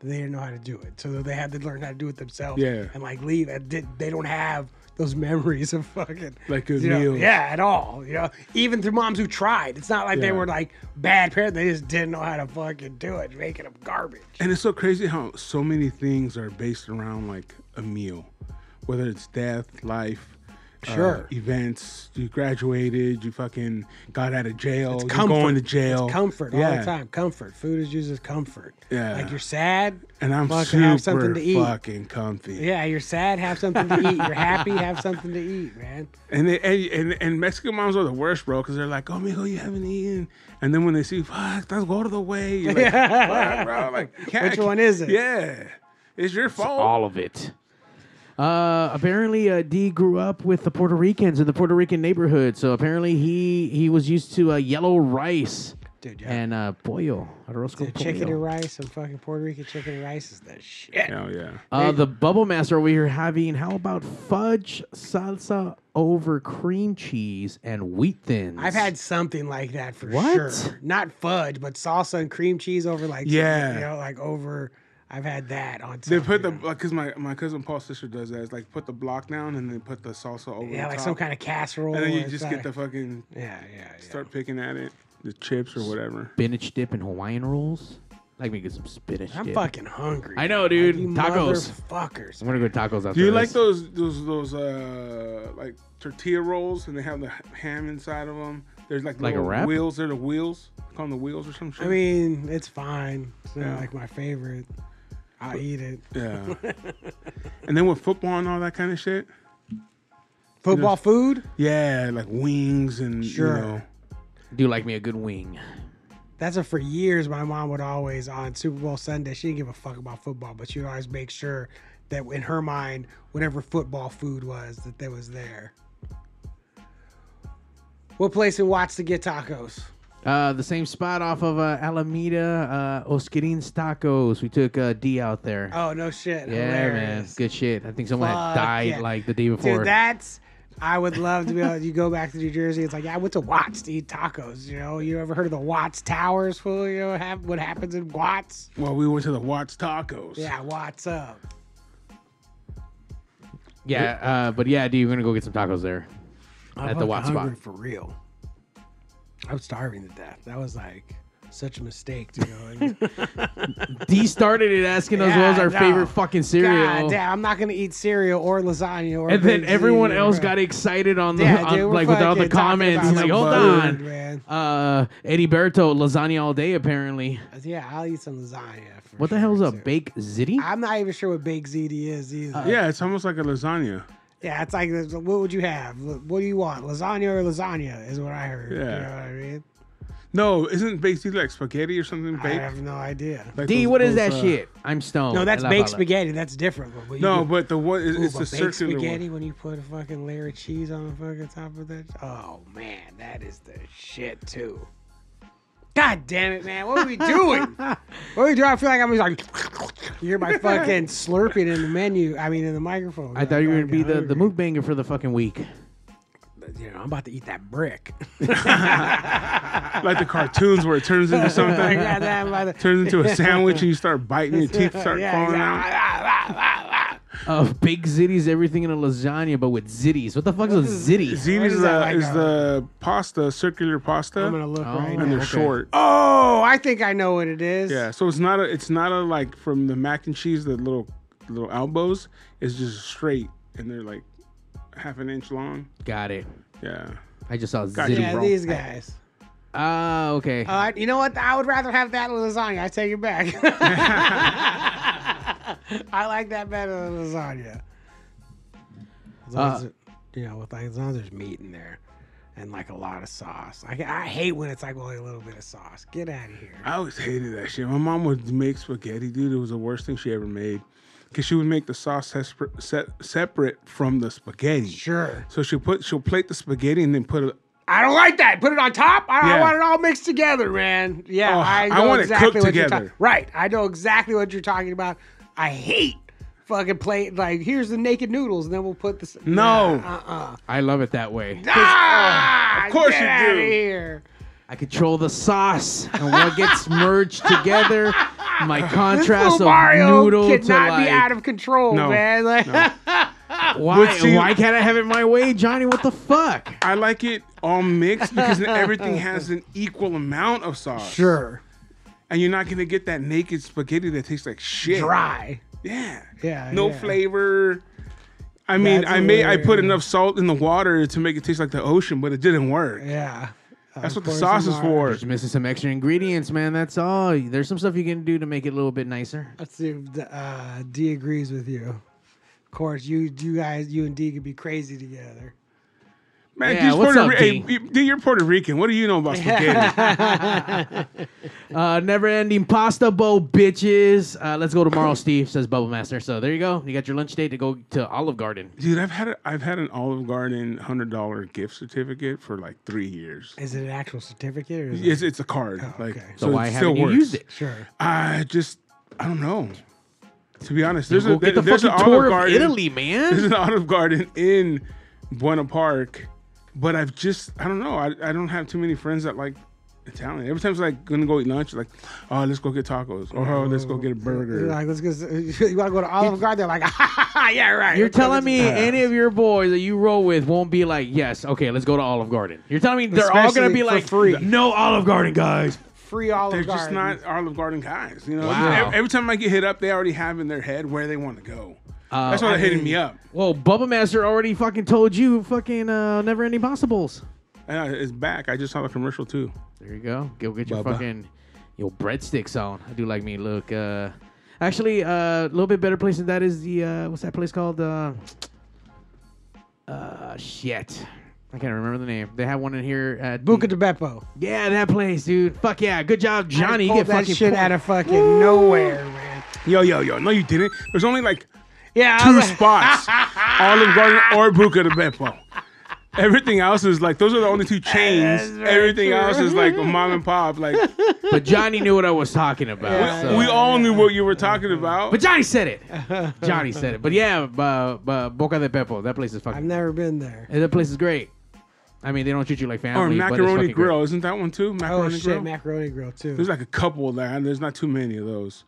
S3: they didn't know how to do it, so they had to learn how to do it themselves.
S1: Yeah.
S3: and like leave. And did, they don't have those memories of fucking
S1: Like good
S3: you know,
S1: meals.
S3: Yeah, at all. You know, even through moms who tried. It's not like
S1: Yeah.
S3: they were like bad parents. They just didn't know how to fucking do it, making them garbage.
S1: And it's so crazy how so many things are based around like a meal, whether it's death, life, uh,
S3: Sure.
S1: events. You graduated, you fucking got out of jail,
S3: It's
S1: you're going to jail,
S3: It's comfort all
S1: Oh, Yeah.
S3: the time. Comfort. Food is used as comfort.
S1: Yeah.
S3: Like you're sad.
S1: And I'm
S3: fucking
S1: super
S3: have something to eat.
S1: fucking comfy.
S3: Yeah, you're sad. Have something to eat. You're happy. Have something to eat, man.
S1: And, they, and and and Mexican moms are the worst, bro, because they're like, "Oh, mijo, you haven't eaten," and then when they see, "Fuck, that's go to the way," you're like, "Fuck, bro, like, you can't-
S3: Which one is it?
S1: Yeah, it's your fault.
S4: all of it. Uh, apparently, uh, D grew up with the Puerto Ricans in the Puerto Rican neighborhood, so apparently he he was used to uh, yellow rice
S3: Dude, yeah.
S4: and uh, pollo, arroz con
S3: Dude, chicken
S4: pollo.
S3: and rice and fucking Puerto Rican chicken and rice is the shit.
S1: Hell yeah.
S4: Uh, the bubble master we are having. How about fudge salsa over cream cheese and wheat thins?
S3: I've had something like that for
S4: What?
S3: sure. Not fudge, but salsa and cream cheese over like
S1: Yeah.
S3: you know, like over. I've had that on.
S1: They
S3: something,
S1: put the
S3: you know.
S1: like, cause my my cousin Paul's sister does that. It's like put the block down and then put the salsa over.
S3: yeah,
S1: the
S3: like
S1: top.
S3: some kind of casserole.
S1: And then you
S3: or
S1: just
S3: something.
S1: get the fucking
S3: yeah, yeah, yeah.
S1: start picking at it, the chips or whatever.
S4: spinach dip and Hawaiian rolls. Like me get some spinach.
S3: I'm
S4: dip.
S3: fucking hungry.
S4: I know, dude.
S3: You
S4: Tacos.
S3: motherfuckers.
S4: I'm gonna go tacos after.
S1: Do you like
S4: this.
S1: those those those uh like tortilla rolls and they have the ham inside of them? There's like
S4: Like a
S1: little
S4: wrap?
S1: wheels. They're the wheels. Call them the wheels or some shit.
S3: I mean, it's fine. It's not
S1: Yeah.
S3: like my favorite. I'll eat it.
S1: yeah. and then with football and all that kind of shit,
S3: Football food?
S1: yeah, like wings and
S3: Sure.
S1: you know,
S4: Do you like me a good wing?
S3: That's what for years my mom would always on Super Bowl Sunday. She didn't give a fuck about football, but she would always make sure that in her mind, whatever football food was, that there was there. What place in Watts to get tacos?
S4: Uh, the same spot off of uh, Alameda, uh, Oscarins Tacos. We took uh, D out there.
S3: Oh no shit!
S4: yeah, man,
S3: Hilarious.
S4: good shit. I think someone had
S3: Fuck
S4: died
S3: yeah.
S4: like the day before.
S3: Dude, that's. I would love to be able. You go back to New Jersey. It's like yeah, I went to Watts to eat tacos. You know, you ever heard of the Watts Towers? Fool, you know have, what happens in Watts?
S1: well, we went to the Watts Tacos.
S3: Yeah, Watts up.
S4: yeah, uh, but yeah, D, we're gonna go get some tacos there at the
S3: fucking
S4: Watt spot.
S3: hungry for real. I'm starving to death. That was like such a mistake, you know.
S4: D started it asking us what was
S3: Yeah,
S4: our
S3: no.
S4: favorite fucking cereal,
S3: God damn, I'm not gonna eat cereal or lasagna or.
S4: and then
S3: green
S4: everyone
S3: beans,
S4: else
S3: bro.
S4: got excited on the
S3: Yeah,
S4: on-
S3: dude, we're
S4: like without the
S3: fucking talking
S4: comments.
S3: about
S4: Like,
S3: some
S4: hold
S3: food,
S4: on,
S3: man.
S4: Uh, Eddie Berto lasagna all day apparently.
S3: Yeah, I'll eat some lasagna. For
S4: What the
S3: sure,
S4: hell's a
S3: too.
S4: baked ziti?
S3: I'm not even sure what baked ziti is either.
S4: Uh,
S1: yeah, it's almost like a lasagna.
S3: yeah, it's like, what would you have? What do you want, lasagna or lasagna? Is what I heard. You
S1: Yeah.
S3: know what I mean?
S1: No, isn't baked ziti like spaghetti or something
S3: I
S1: baked?
S3: have no idea.
S1: Like
S4: D,
S1: those-
S4: what is
S1: those,
S4: that
S1: uh,
S4: shit? I'm stoned.
S3: No, that's
S4: I love
S3: baked
S4: all that.
S3: spaghetti. That's different. But what you
S1: No,
S3: do-
S1: but the one is
S3: Ooh,
S1: it's
S3: but
S1: the
S3: baked
S1: circular
S3: spaghetti
S1: one.
S3: when you put a fucking layer of cheese on the fucking top of that. Oh man, that is the shit too. God damn it, man! What are we doing? what are we doing? I feel like I'm just like you hear my fucking slurping in the menu. I mean, in the microphone.
S4: I thought you were gonna be the the
S3: move.
S4: mukbanger for the fucking week.
S3: You know, I'm about to eat that brick.
S1: Like the cartoons where it turns into
S3: I
S1: something,
S3: got that by the.
S1: turns into a sandwich, and you start biting, your teeth start
S3: Yeah, ah,
S1: falling out.
S3: yeah.
S4: Of big zitties, everything in a lasagna, but with zitties. What the fuck is a zitty?
S1: Ziti
S3: What
S1: is,
S3: is that
S1: the
S3: like
S1: is
S3: a-
S1: the pasta, circular pasta,
S3: I'm gonna look
S4: Oh.
S3: right
S1: and
S3: now.
S1: they're
S4: Okay.
S1: short.
S3: Oh, I think I know what it is.
S1: Yeah, so it's not a it's not a like from the mac and cheese, the little little elbows. It's just straight, and they're like half an inch long.
S4: Got it.
S1: Yeah,
S4: I just saw
S1: Got you,
S4: zitty.
S3: Yeah,
S1: bro.
S3: these guys.
S4: Ah, okay.
S3: Uh, you know what? I would rather have that than lasagna. I take it back. I like that better than lasagna. As long as
S4: Uh,
S3: it- you know, with like, as long as there's meat in there and like a lot of sauce. Like I hate when it's like only a little bit of sauce. Get out of here.
S1: I always hated that shit. My mom would make spaghetti, dude. It was the worst thing she ever made, because she would make the sauce sespar- se- separate from the spaghetti.
S3: Sure.
S1: So she'll put she'll plate the spaghetti and then put a
S3: I don't like that. Put it on top. I, I
S1: Yeah.
S3: want it all mixed together, man. Yeah,
S1: Oh,
S3: I
S1: I
S3: know
S1: want it
S3: exactly
S1: cooked
S3: what you're
S1: together.
S3: talking. Right, I know exactly what you're talking about. I hate fucking plate. Like here's the naked noodles, and then we'll put this.
S1: No.
S3: uh uh
S4: I love it that way.
S3: Ah,
S1: of course
S3: get
S1: you
S3: outta
S1: do.
S3: here.
S4: I control the sauce and what gets merged together. My
S3: This
S4: contrast
S3: little
S4: of
S3: Mario
S4: noodle
S3: could
S4: to
S3: not be
S4: like
S3: out of control,
S1: No,
S3: man. Like,
S4: Why?
S1: see-
S4: why can't I have it my way, Johnny? What the fuck?
S1: I like it all mixed because then everything has an equal amount of sauce.
S3: Sure.
S1: And you're not gonna get that naked spaghetti that tastes like shit.
S3: Dry.
S1: Yeah.
S3: Yeah,
S1: No
S3: yeah.
S1: flavor. I mean,
S3: That's
S1: I made I put
S3: hilarious.
S1: enough salt in the water to make it taste like the ocean, but it didn't work.
S3: Yeah.
S1: That's what the
S3: course
S1: sauce
S3: you
S1: is
S3: are.
S1: for.
S4: Just missing some extra ingredients, man. That's all. There's some stuff you can do to make it a little bit nicer.
S3: Let's see if the- uh, D agrees with you. Of course, you you guys, you and D could be crazy together.
S1: Man,
S4: Yeah,
S1: these
S4: what's
S1: Puerto
S4: up,
S1: Ri-
S4: D?
S1: hey, D, you're Puerto Rican. What do you know about spaghetti?
S4: Uh, never ending pasta bowl, bitches. Uh, let's go tomorrow, Steve says Bubble Master. So there you go. You got your lunch date to go to Olive Garden.
S1: Dude, I've had a, I've had an Olive Garden hundred dollar gift certificate for like three years.
S3: Is it an actual certificate or is it?
S1: It's, it's a card, like
S3: Oh, okay.
S4: So,
S1: it
S4: why
S1: still
S4: haven't you
S1: works.
S4: used it?
S3: Sure.
S1: I just I don't know. To be honest, there's
S4: Go
S1: a
S4: get the
S1: there's an
S4: fucking
S1: Olive
S4: tour of
S1: Garden.
S4: Italy,
S1: There's
S4: man.
S1: an Olive Garden in Buena Park, but I've just I don't know. I, I don't have too many friends that like Italian. Every time it's like gonna go eat lunch, like oh let's go get tacos or oh let's go get a burger.
S3: Like, let's go. You want to go to Olive Garden? They're like, yeah, right.
S4: You're
S3: Let's go
S4: telling
S3: get
S4: me
S3: some-
S4: any of your boys that you roll with won't be like, yes, okay, let's go to Olive Garden. You're telling me they're all gonna
S3: Especially
S4: be
S3: for
S4: like,
S3: free.
S4: no Olive Garden, guys.
S3: free Olive
S1: They're just
S3: Garden?
S1: not Olive Garden guys, you know.
S4: Wow.
S1: Every, every time I get hit up, they already have in their head where they want to go.
S4: Uh,
S1: That's why they're
S4: I
S1: hitting me up.
S4: Well, Bubba Master already fucking told you fucking uh, never ending pasta bowls.
S1: And I, it's back. I just saw the commercial too.
S4: There you go. Go get your
S1: Bubba.
S4: fucking your breadsticks on. I do like me look. Uh, actually, a little bit better place than that is the uh, what's that place called? Uh, uh, shit, I can't remember the name. They have one in here at
S3: Buca
S4: the-
S3: di Beppo.
S4: yeah, that place, dude. Fuck yeah, good job, Johnny. You
S3: Pulled
S4: get
S3: that
S4: fucking
S3: shit
S4: point.
S3: out of fucking nowhere, man.
S1: Yo, yo, yo. No, you didn't. There's only like
S3: Yeah, I
S1: two
S3: was-
S1: spots Olive Garden or Buca de Beppo. Everything else is like those are the only two chains. Everything else is like mom and pop. Like
S4: But Johnny knew what I was talking about. so-
S1: we all knew what you were talking about.
S4: but Johnny said it. Johnny said it. But yeah, uh, uh, Boca de Pepo. That place is fucking.
S3: I've never been there.
S4: Hey, That place is great. I mean, they don't treat you like family.
S1: Or
S4: but it's
S1: macaroni
S4: fucking
S1: grill, isn't that one too?
S3: Oh
S1: Macaroni
S3: shit,
S1: grill.
S3: macaroni grill too.
S1: there's like a couple of that. There's not too many of those.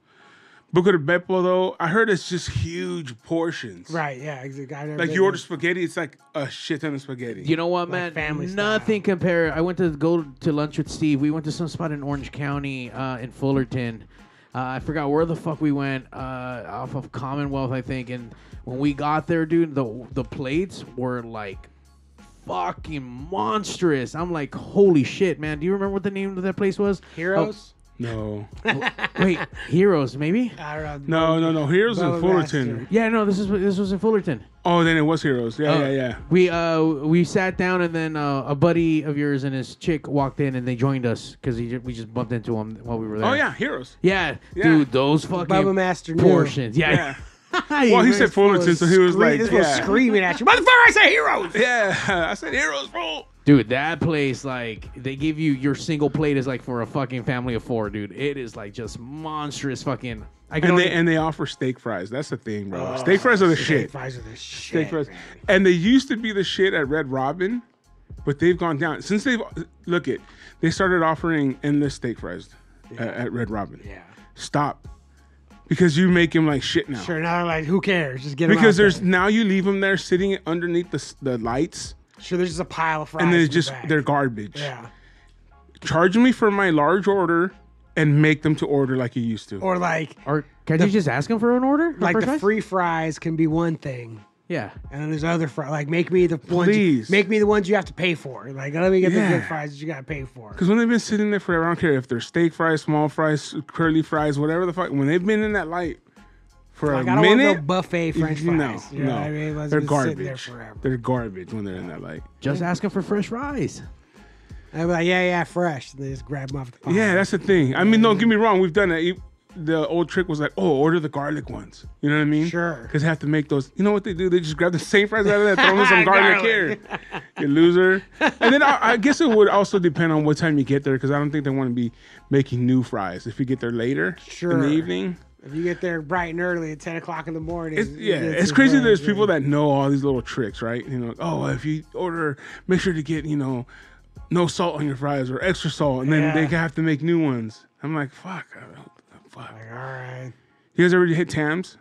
S1: Buca de Beppo though, I heard it's just huge portions.
S3: right, yeah, exactly. I've never
S1: Like
S3: been
S1: you order
S3: there.
S1: spaghetti, it's like a shit ton of spaghetti.
S4: You know what, man?
S3: family style.
S4: Nothing compare. I went to go to lunch with Steve. We went to some spot in Orange County uh, in Fullerton. Uh, I forgot where the fuck we went. Uh, off of Commonwealth, I think. And when we got there, dude, the the plates were like fucking monstrous. I'm like, holy shit, man. Do you remember what the name of that place was?
S3: heroes.
S1: no,
S4: Oh, wait, Heroes, maybe.
S3: I don't know.
S1: no, no, no. Heroes in
S3: Bubba
S1: Fullerton.
S3: Master.
S4: Yeah, no, this is this was in Fullerton.
S1: Oh, then it was Heroes. Yeah, yeah, yeah.
S4: We uh we sat down and then uh, a buddy of yours and his chick walked in and they joined us because ju- we just bumped into him while we were there.
S1: Oh yeah, Heroes.
S4: yeah,
S1: Yeah.
S4: dude, those fucking
S3: Bubba Master knew.
S4: portions. Yeah.
S1: Yeah. Well, he said Fullerton, so he was
S3: Scree-
S1: like,
S3: this was
S1: yeah.
S3: screaming at you, motherfucker! I said heroes.
S1: yeah, I said heroes, bro.
S4: dude, that place like they give you your single plate is like for a fucking family of four, dude. It is like just monstrous fucking. I can
S1: And they
S4: only-
S1: and they offer steak fries. That's the thing, bro. steak fries are the shit.
S3: Oh, Steak fries are the shit.
S1: Steak fries,
S3: man.
S1: and they used to be the shit at Red Robin, but they've gone down since they've look it. They started offering endless steak fries a- at, Red Robin.
S3: Yeah.
S1: Stop, because you make him like shit now.
S3: Sure. Now, like, who cares? Just get 'em
S1: Because
S3: out
S1: there's
S3: there.
S1: now you leave them there sitting underneath the s- the lights,
S3: sure there's just a pile of fries.
S1: and then
S3: Ah, in
S1: it's
S3: the
S1: just
S3: back.
S1: they're garbage.
S3: yeah.
S1: Charge me for my large order, and make them to order like you used to.
S3: Or like
S4: or can you just ask him for an order? for
S3: like
S4: french
S3: the
S4: fries?
S3: free fries can be one thing,
S4: Yeah.
S3: and then there's other fries. Like make me the ones.
S1: Please.
S3: make me the ones you have to pay for. Like let me get the good
S1: Yeah.
S3: fries that you got to pay for.
S1: Because when they've been sitting there forever, I don't care if they're steak fries, small fries, curly fries, whatever the fuck. When they've been in that light for
S3: Like, I
S1: a
S3: don't want no
S1: minute,
S3: buffet French
S1: you know,
S3: fries. you know
S1: no,
S3: what I mean? Let's
S1: they're
S3: just sit there
S1: garbage.
S3: forever.
S1: They're garbage when they're in that light.
S4: Just ask him for fresh fries.
S3: I'd be like, yeah, yeah, fresh. And they just grab them off the pile.
S1: Yeah, that's the thing. I mean, don't get me wrong. We've done it. The old trick was like, oh, order the garlic ones. You know what I mean?
S3: Sure.
S1: Because they have to make those. You know what they do? They just grab the same fries out of that, throw in some garlic,
S3: Garlic.
S1: here. You loser. And then I, I guess it would also depend on what time you get there because I don't think they want to be making new fries. If you get there later in
S3: Sure.
S1: the evening,
S3: If you get there bright and early at 10 o'clock in the morning.
S1: It's,
S3: you
S1: yeah,
S3: get
S1: it's
S3: some
S1: crazy.
S3: fries,
S1: There's
S3: yeah.
S1: people that know all these little tricks, right? You know, oh, if you order, make sure to get you know, no salt on your fries or extra salt, and then
S3: Yeah.
S1: they have to make new ones. I'm like, fuck, I don't- fuck.
S3: All right.
S1: You guys already hit Tams?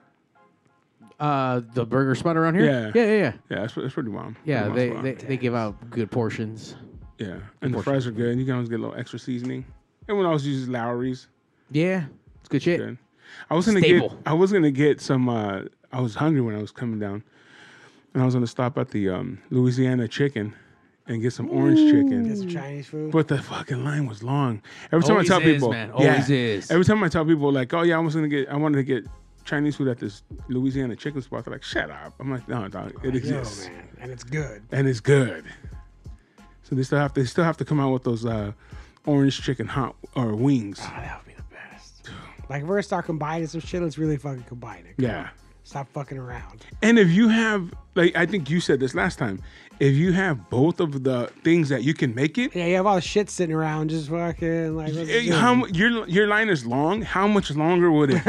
S4: Uh, the burger spot around here.
S1: Yeah.
S4: yeah, yeah, yeah.
S1: Yeah, that's, that's pretty wild.
S4: Yeah,
S1: Pretty
S4: they,
S1: wild.
S4: they, they give out good portions.
S1: yeah, and the fries are good. and You can always get a little extra seasoning. Everyone always uses Lowry's.
S4: Yeah, it's good shit.
S1: Good. I was gonna
S4: Staple.
S1: get. I was gonna get some. Uh, I was hungry when I was coming down, and I was gonna stop at the um, Louisiana Chicken and get some orange chicken.
S3: Some Chinese food.
S1: Hmm. But the fucking line was long. Every time
S4: Always
S1: I tell
S4: is,
S1: people,
S4: man. Always is.
S1: Every time I tell people, like, oh yeah, I was gonna get, I wanted to get Chinese food at this Louisiana chicken spot. They're like, shut up. I'm like, no, dog, it
S3: Yo,
S1: exists
S3: man, and it's good.
S1: and it's good. So they still have, they still have to come out with those uh, orange chicken hot or wings.
S3: Oh, that would be the best. Like, if we're gonna start combining some shit, let's really fucking combine it.
S1: Yeah.
S3: Stop fucking around.
S1: And if you have, like, I think you said this last time, if you have both of the things that you can make it.
S3: Yeah, you have all the shit sitting around, just fucking like. let's
S1: eh,
S3: do
S1: How
S3: it.
S1: mu- your your line is long? How much longer would it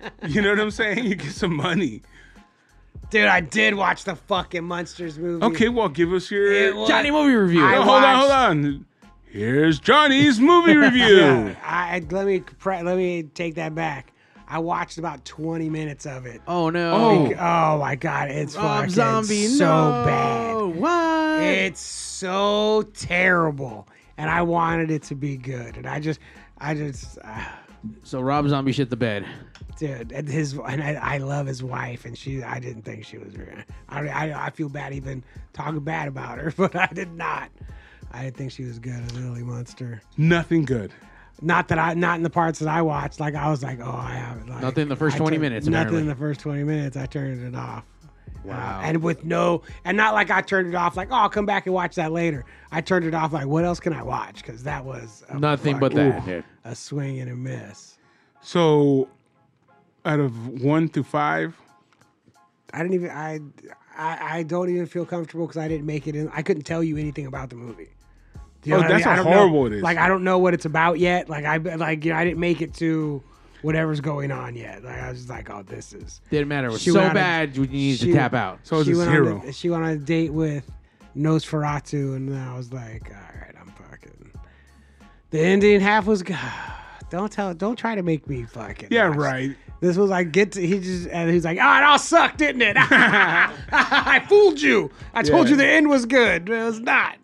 S1: be? you know what I'm saying? You get some money.
S3: Dude, I did watch the fucking Monsters movie.
S1: Okay, well, give us your.
S3: It was-
S4: Johnny movie review.
S1: Oh,
S3: I-
S1: hold on,
S3: watched-
S1: hold on. Here's Johnny's movie review.
S3: I let me pre- let me take that back. I watched about 20 minutes of it.
S4: oh no.
S1: Oh.
S3: Oh my god, it's
S4: Rob
S3: fucking
S4: Zombie.
S3: so
S4: no.
S3: bad.
S4: What?
S3: It's so terrible, and I wanted it to be good, and I just, I just, uh,
S4: so Rob Zombie shit the bed.
S3: dude, and his, and I, I love his wife, and she, I didn't think she was, very- I, I, I feel bad even talking bad about her, but I did not. I didn't think she was good as Lily Munster.
S1: Nothing good.
S3: Not that I, not in the parts that I watched. Like I was like, oh, I haven't. Like,
S4: Nothing in the first
S3: I
S4: 20
S3: turned-
S4: minutes,
S3: Nothing in
S4: apparently.
S3: the first twenty minutes. I turned it off.
S4: Wow.
S3: Uh, and with no, and not like I turned it off. Like, oh, I'll come back and watch that later. I turned it off. Like, what else can I watch? Because that was a
S4: Nothing but
S3: fucking-
S4: that, dude.
S3: a swing and a miss.
S1: So, out of one through five,
S3: I didn't even. I, I, I don't even feel comfortable because I didn't make it in. I couldn't tell you anything about the movie. Do you
S1: Oh,
S3: what I
S1: that's
S3: mean? I
S1: how
S3: don't know-
S1: horrible it is.
S3: Like, I don't know what it's about yet. Like, I like you know, I didn't make it to whatever's going on yet. Like, I was just like, oh, this is.
S4: Didn't matter. It was
S3: She
S4: so
S3: went on a-
S4: bad you needed
S3: she-
S4: to tap out.
S1: so it's
S3: she
S1: a
S3: went
S1: zero.
S3: On a, she went on a date with Nosferatu, and I was like, all right, I'm fucking. The Indian half was. Don't tell. Don't try to make me fucking.
S1: yeah,
S3: watch.
S1: right.
S3: This was like get to. He just and he's like, oh, it all sucked, didn't it? I fooled you. I told
S1: Yeah.
S3: you the end was good. but It was not.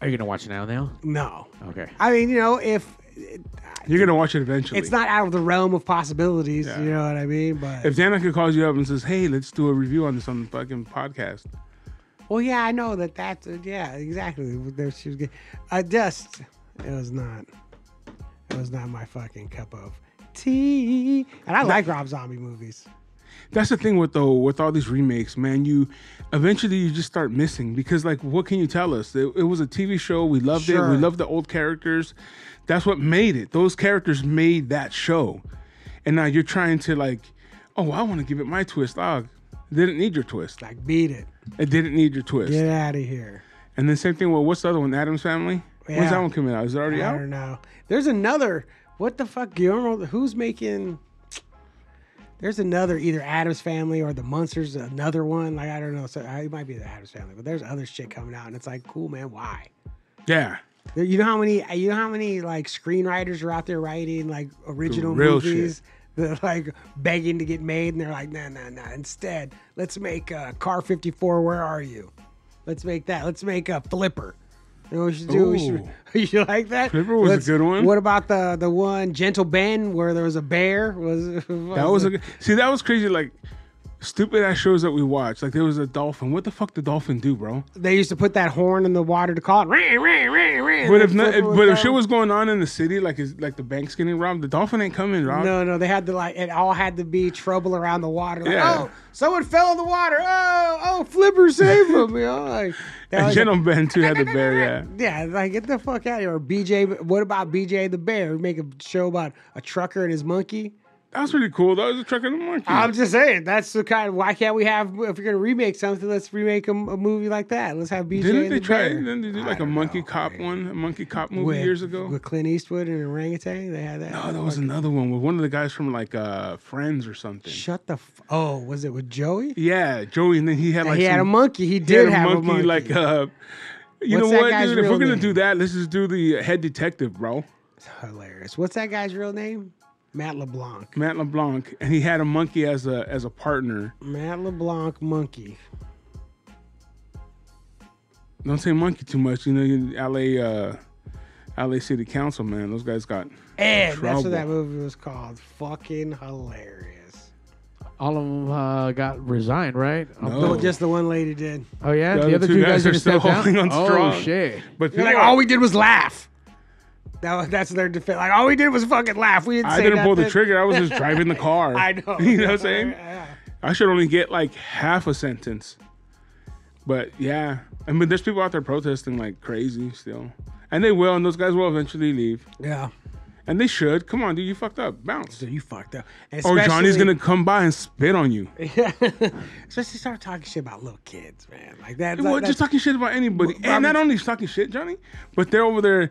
S4: Are you gonna watch it now? Now?
S3: No.
S4: Okay.
S3: I mean, you know, if
S1: You're gonna watch it eventually.
S3: it's not out of the realm of possibilities,
S1: Yeah.
S3: you know what I mean. But
S1: If Danica calls you up and says, "Hey, let's do a review on this on the fucking podcast,"
S3: Well, yeah, I know that. That's uh, yeah, exactly. There she was. Getting, I just it was not. It was not my fucking cup of tea. And I like Rob Zombie movies.
S1: that's the thing with though with all these remakes, man. You eventually you just start missing because like, what can you tell us? It, it was a TV show. We loved it.
S3: Sure.
S1: We loved the old characters. That's what made it. Those characters made that show, and now you're trying to like, oh, I want to give it my twist. Dog, didn't need your twist.
S3: Like beat it,
S1: It didn't need your twist.
S3: get out of here.
S1: And then same thing. Well, what's the other one? Adam's Family.
S3: Yeah.
S1: When's that one coming out? Is it already
S3: I
S1: out?
S3: don't know. There's another. What the fuck, Guillermo? Who's making? There's another either Adams Family or the Munsters. Another one. Like I don't know. So I- it might be the Adams Family, but there's other shit coming out, and it's like, cool, man. Why?
S1: Yeah.
S3: There- You know how many? You know how many like screenwriters are out there writing like original
S1: Real
S3: movies that are, like begging to get made, and they're like, nah, nah, nah. Instead, let's make uh, Car 54. Where are you? Let's make that. Let's make a Flipper. You know what we should do? We should, you like that?
S1: Flipper was a
S3: Let's-
S1: good one.
S3: What about the the one Gentle Ben where there was a bear? Was
S1: That was a good, see. That was crazy. Like stupid ass shows that we watched. Like there was a dolphin. What the fuck did dolphin do, bro?
S3: they used to put that horn in the water to call it. Ring, ring, ring, ring.
S1: But if
S3: And
S1: not, if,
S3: Flipper would
S1: but if
S3: come.
S1: shit was going on in the city, like is like the bank's getting robbed, the dolphin ain't coming, Rob.
S3: No, no, they had to like it all had to be trouble around the water. Like,
S1: Yeah.
S3: oh, someone fell in the water. Oh, oh, Flipper save him. You know, like, they
S1: And
S3: always-
S1: Gentle Ben too had the bear. Yeah.
S3: yeah, like get the fuck out of here. Or BJ, what about BJ the bear? Make a show about a trucker and his monkey.
S1: That was pretty cool. That was a truck and a monkey.
S3: I'm just saying that's the kind. Of, why can't we have if you're gonna remake something, let's remake a, a movie like that. Let's have BJ.
S1: didn't
S3: and
S1: they
S3: the
S1: try?
S3: Bear.
S1: Didn't they do
S3: I
S1: like a
S3: don't
S1: monkey
S3: know,
S1: cop
S3: man.
S1: one, a monkey cop movie
S3: With-
S1: years ago?
S3: with Clint Eastwood and orangutan? They had that.
S1: oh, there was another one with one of the guys from like uh Friends or something.
S3: Shut the. F- oh, was it with Joey?
S1: Yeah, Joey, and then he had like
S3: he had
S1: some-
S3: a monkey.
S1: He
S3: He
S1: had
S3: did have a monkey.
S1: like uh you
S3: What's
S1: know
S3: that
S1: what,
S3: guy's
S1: dude? If
S3: real
S1: we're gonna
S3: name?
S1: do that, let's just do the head detective, bro.
S3: hilarious. What's that guy's real name? Matt LeBlanc.
S1: Matt LeBlanc, and he had a monkey as a as a partner.
S3: Matt LeBlanc monkey.
S1: Don't say monkey too much, you know. you- L.A. Uh, L.A. City Council, man, those guys got.
S3: And that's
S1: Trouble.
S3: what that movie was called. Fucking hilarious.
S4: All of them uh, got resigned, right?
S1: No.
S3: But just the one lady did.
S4: Oh yeah, the, other two guys,
S1: are
S4: just
S1: still
S4: stepped down?
S1: holding on
S4: oh,
S1: strong.
S4: shit.
S1: But
S3: They're like,
S1: people-
S3: all we did was laugh. That was, that's their defense. Like, all we did was fucking laugh. We didn't
S1: I
S3: say
S1: didn't pull the
S3: nothing.
S1: trigger. I was just driving the car.
S3: I know.
S1: You know what I'm saying?
S3: Yeah.
S1: I should only get like half a sentence. But yeah, I mean, there's people out there protesting like crazy still, and they will, and those guys will eventually leave,
S3: Yeah.
S1: and they should. Come on, dude, you fucked up. Bounce.
S3: So you fucked up.
S1: Or Oh, Johnny's
S3: Especially-
S1: gonna come by and spit on you.
S3: Especially start talking shit about little kids, man. Like that.
S1: Well,
S3: that-
S1: just talking shit about anybody, and
S3: But
S1: not
S3: Robin's-
S1: only just talking shit, Johnny, but they're over there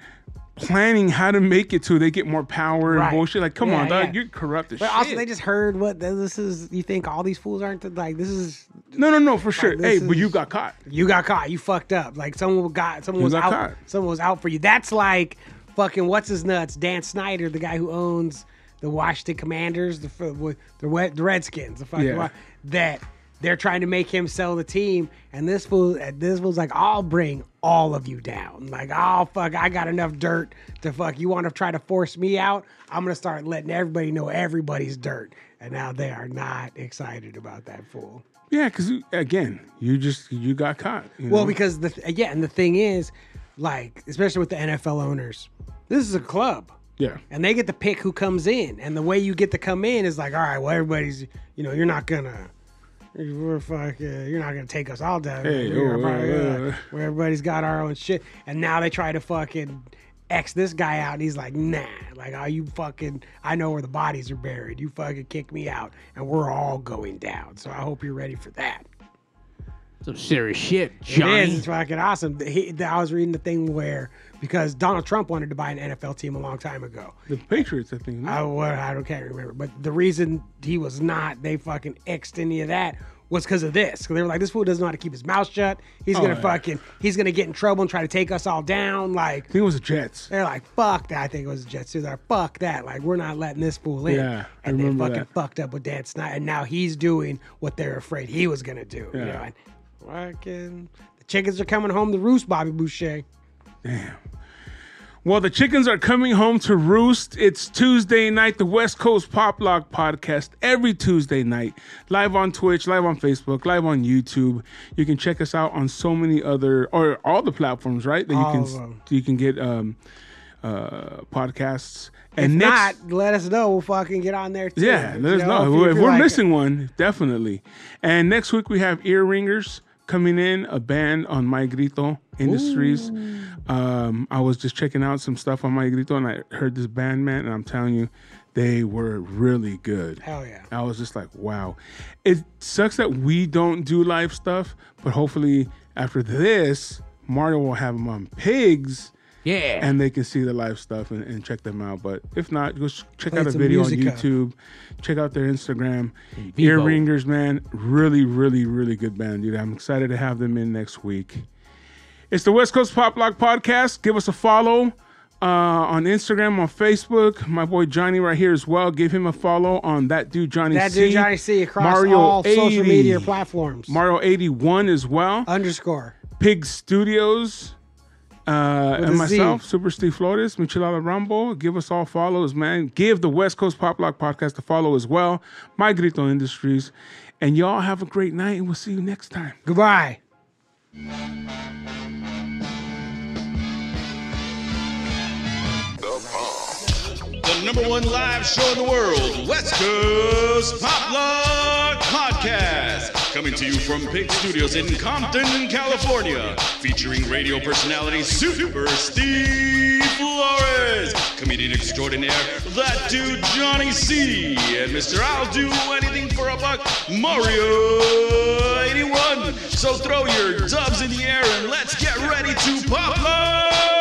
S1: planning how to make it to they get more power
S3: Right.
S1: and bullshit. Like, come
S3: Yeah,
S1: on, dog,
S3: yeah.
S1: you're corrupt as
S3: But
S1: shit.
S3: also, they just heard what this is. You think all these fools aren't the, like this is?
S1: no, no, no, for sure. hey,
S3: this
S1: but you
S3: is-
S1: got caught.
S3: You got caught. You fucked up. Like someone got someone
S1: You
S3: was
S1: got
S3: out.
S1: caught.
S3: Someone was out for you. That's like fucking what's his nuts? Dan Snyder, the guy who owns the Washington Commanders, the f- with the, Red- the Redskins, the fucking
S1: Yeah.
S3: Wa- that they're trying to make him sell the team, and this fool, and this fool's like, I'll bring all of you down. Like, oh fuck, I got enough dirt to fuck. You want to try to force me out? I'm gonna start letting everybody know everybody's dirt. And now they are not excited about that fool.
S1: Yeah, because again, you just you got caught. you
S3: Well,
S1: know?
S3: because the th- yeah, and the thing is, like especially with the NFL owners, this is a club,
S1: yeah,
S3: and they get to pick who comes in, and the way you get to come in is like, all right, well, everybody's, you know, you're not gonna. We're fuck, uh, you're not gonna take us all down.
S1: Hey,
S3: We're
S1: oh,
S3: probably,
S1: uh,
S3: uh, where everybody's got our own shit, and now they try to fucking x this guy out, and he's like, nah, like, oh, you fucking, I know where the bodies are buried. You fucking kick me out, and we're all going down. So I hope you're ready for that.
S4: Some serious shit,
S3: It is.
S4: Johnny.
S3: It's fucking awesome. He, the- I was reading the thing where because Donald Trump wanted to buy an NFL team a long time ago.
S1: the Patriots, I think. no?
S3: I, what, I don't can't remember, but the reason he was not, they fucking xed any of that was because of this. 'Cause they were like, this fool doesn't know how to keep his mouth shut. He's
S1: Oh,
S3: gonna
S1: yeah.
S3: fucking, he's gonna get in trouble and try to take us all down. Like
S1: I think it was the Jets.
S3: they're like, fuck that. I think it was the Jets too. They're like, fuck that. Like, we're not letting this fool in.
S1: Yeah, I
S3: and they
S1: remember
S3: fucking
S1: that.
S3: fucked up with Dan Snyder. And now he's doing what they're afraid he was going to do. You
S1: Yeah.
S3: know? and fucking, the chickens are coming home to roost, Bobby Boucher.
S1: Well, the chickens are coming home to roost. It's Tuesday night, the West Coast Pop Lock podcast, every Tuesday night, live on Twitch, live on Facebook, live on YouTube. You can check us out on so many other or all the platforms, right? That you
S3: All
S1: can
S3: of 'em.
S1: you can get um, uh, podcasts. And
S3: If
S1: next,
S3: not, let us know. We'll fucking get on there too.
S1: Yeah, let
S3: You
S1: us know.
S3: you-
S1: If,
S3: you
S1: we're
S3: like it.
S1: missing one, definitely. And next week we have Ear Ringers coming in, a band on My Grito Industries. Um, I was just checking out some stuff on My Grito and I heard this band, man, and I'm telling you, they were really good.
S3: Hell yeah.
S1: I was just like, wow. It sucks that we don't do live stuff, but hopefully after this, Mario will have them on Pigs
S4: Yeah.
S1: and they can see the live stuff and, and check them out. But if not, go sh- check
S3: Play
S1: out a
S3: some
S1: video on
S3: music up.
S1: YouTube, check out their Instagram. Ear
S4: vivo.
S1: Ringers, man, really, really, really good band, dude. I'm excited to have them in next week. It's the West Coast Pop Lock Podcast. Give us a follow uh, on Instagram, on Facebook. My boy Johnny right here as well. Give him a follow on that dude Johnny
S3: That
S1: C.
S3: dude, Johnny C, across all social
S1: 80,
S3: media platforms.
S1: Mario 81 as well.
S3: underscore.
S1: Pig Studios, uh,
S3: a
S1: and myself,
S3: Z.
S1: Super Steve Flores, Michelada Rambo. Give us all follows, man. Give the West Coast Pop Lock Podcast a follow as well. My Grito Industries. And y'all have a great night, and we'll see you next time.
S3: Goodbye.
S2: the number one live show in the world, West Coast Pop Log Podcast. Coming to you from Pig Studios in Compton, California. Featuring radio personality Super Steve Flores, comedian extraordinaire, that dude Johnny C, and Mr. I'll Do Anything for a Buck, Mario 81. So throw your dubs in the air and let's get ready to pop log!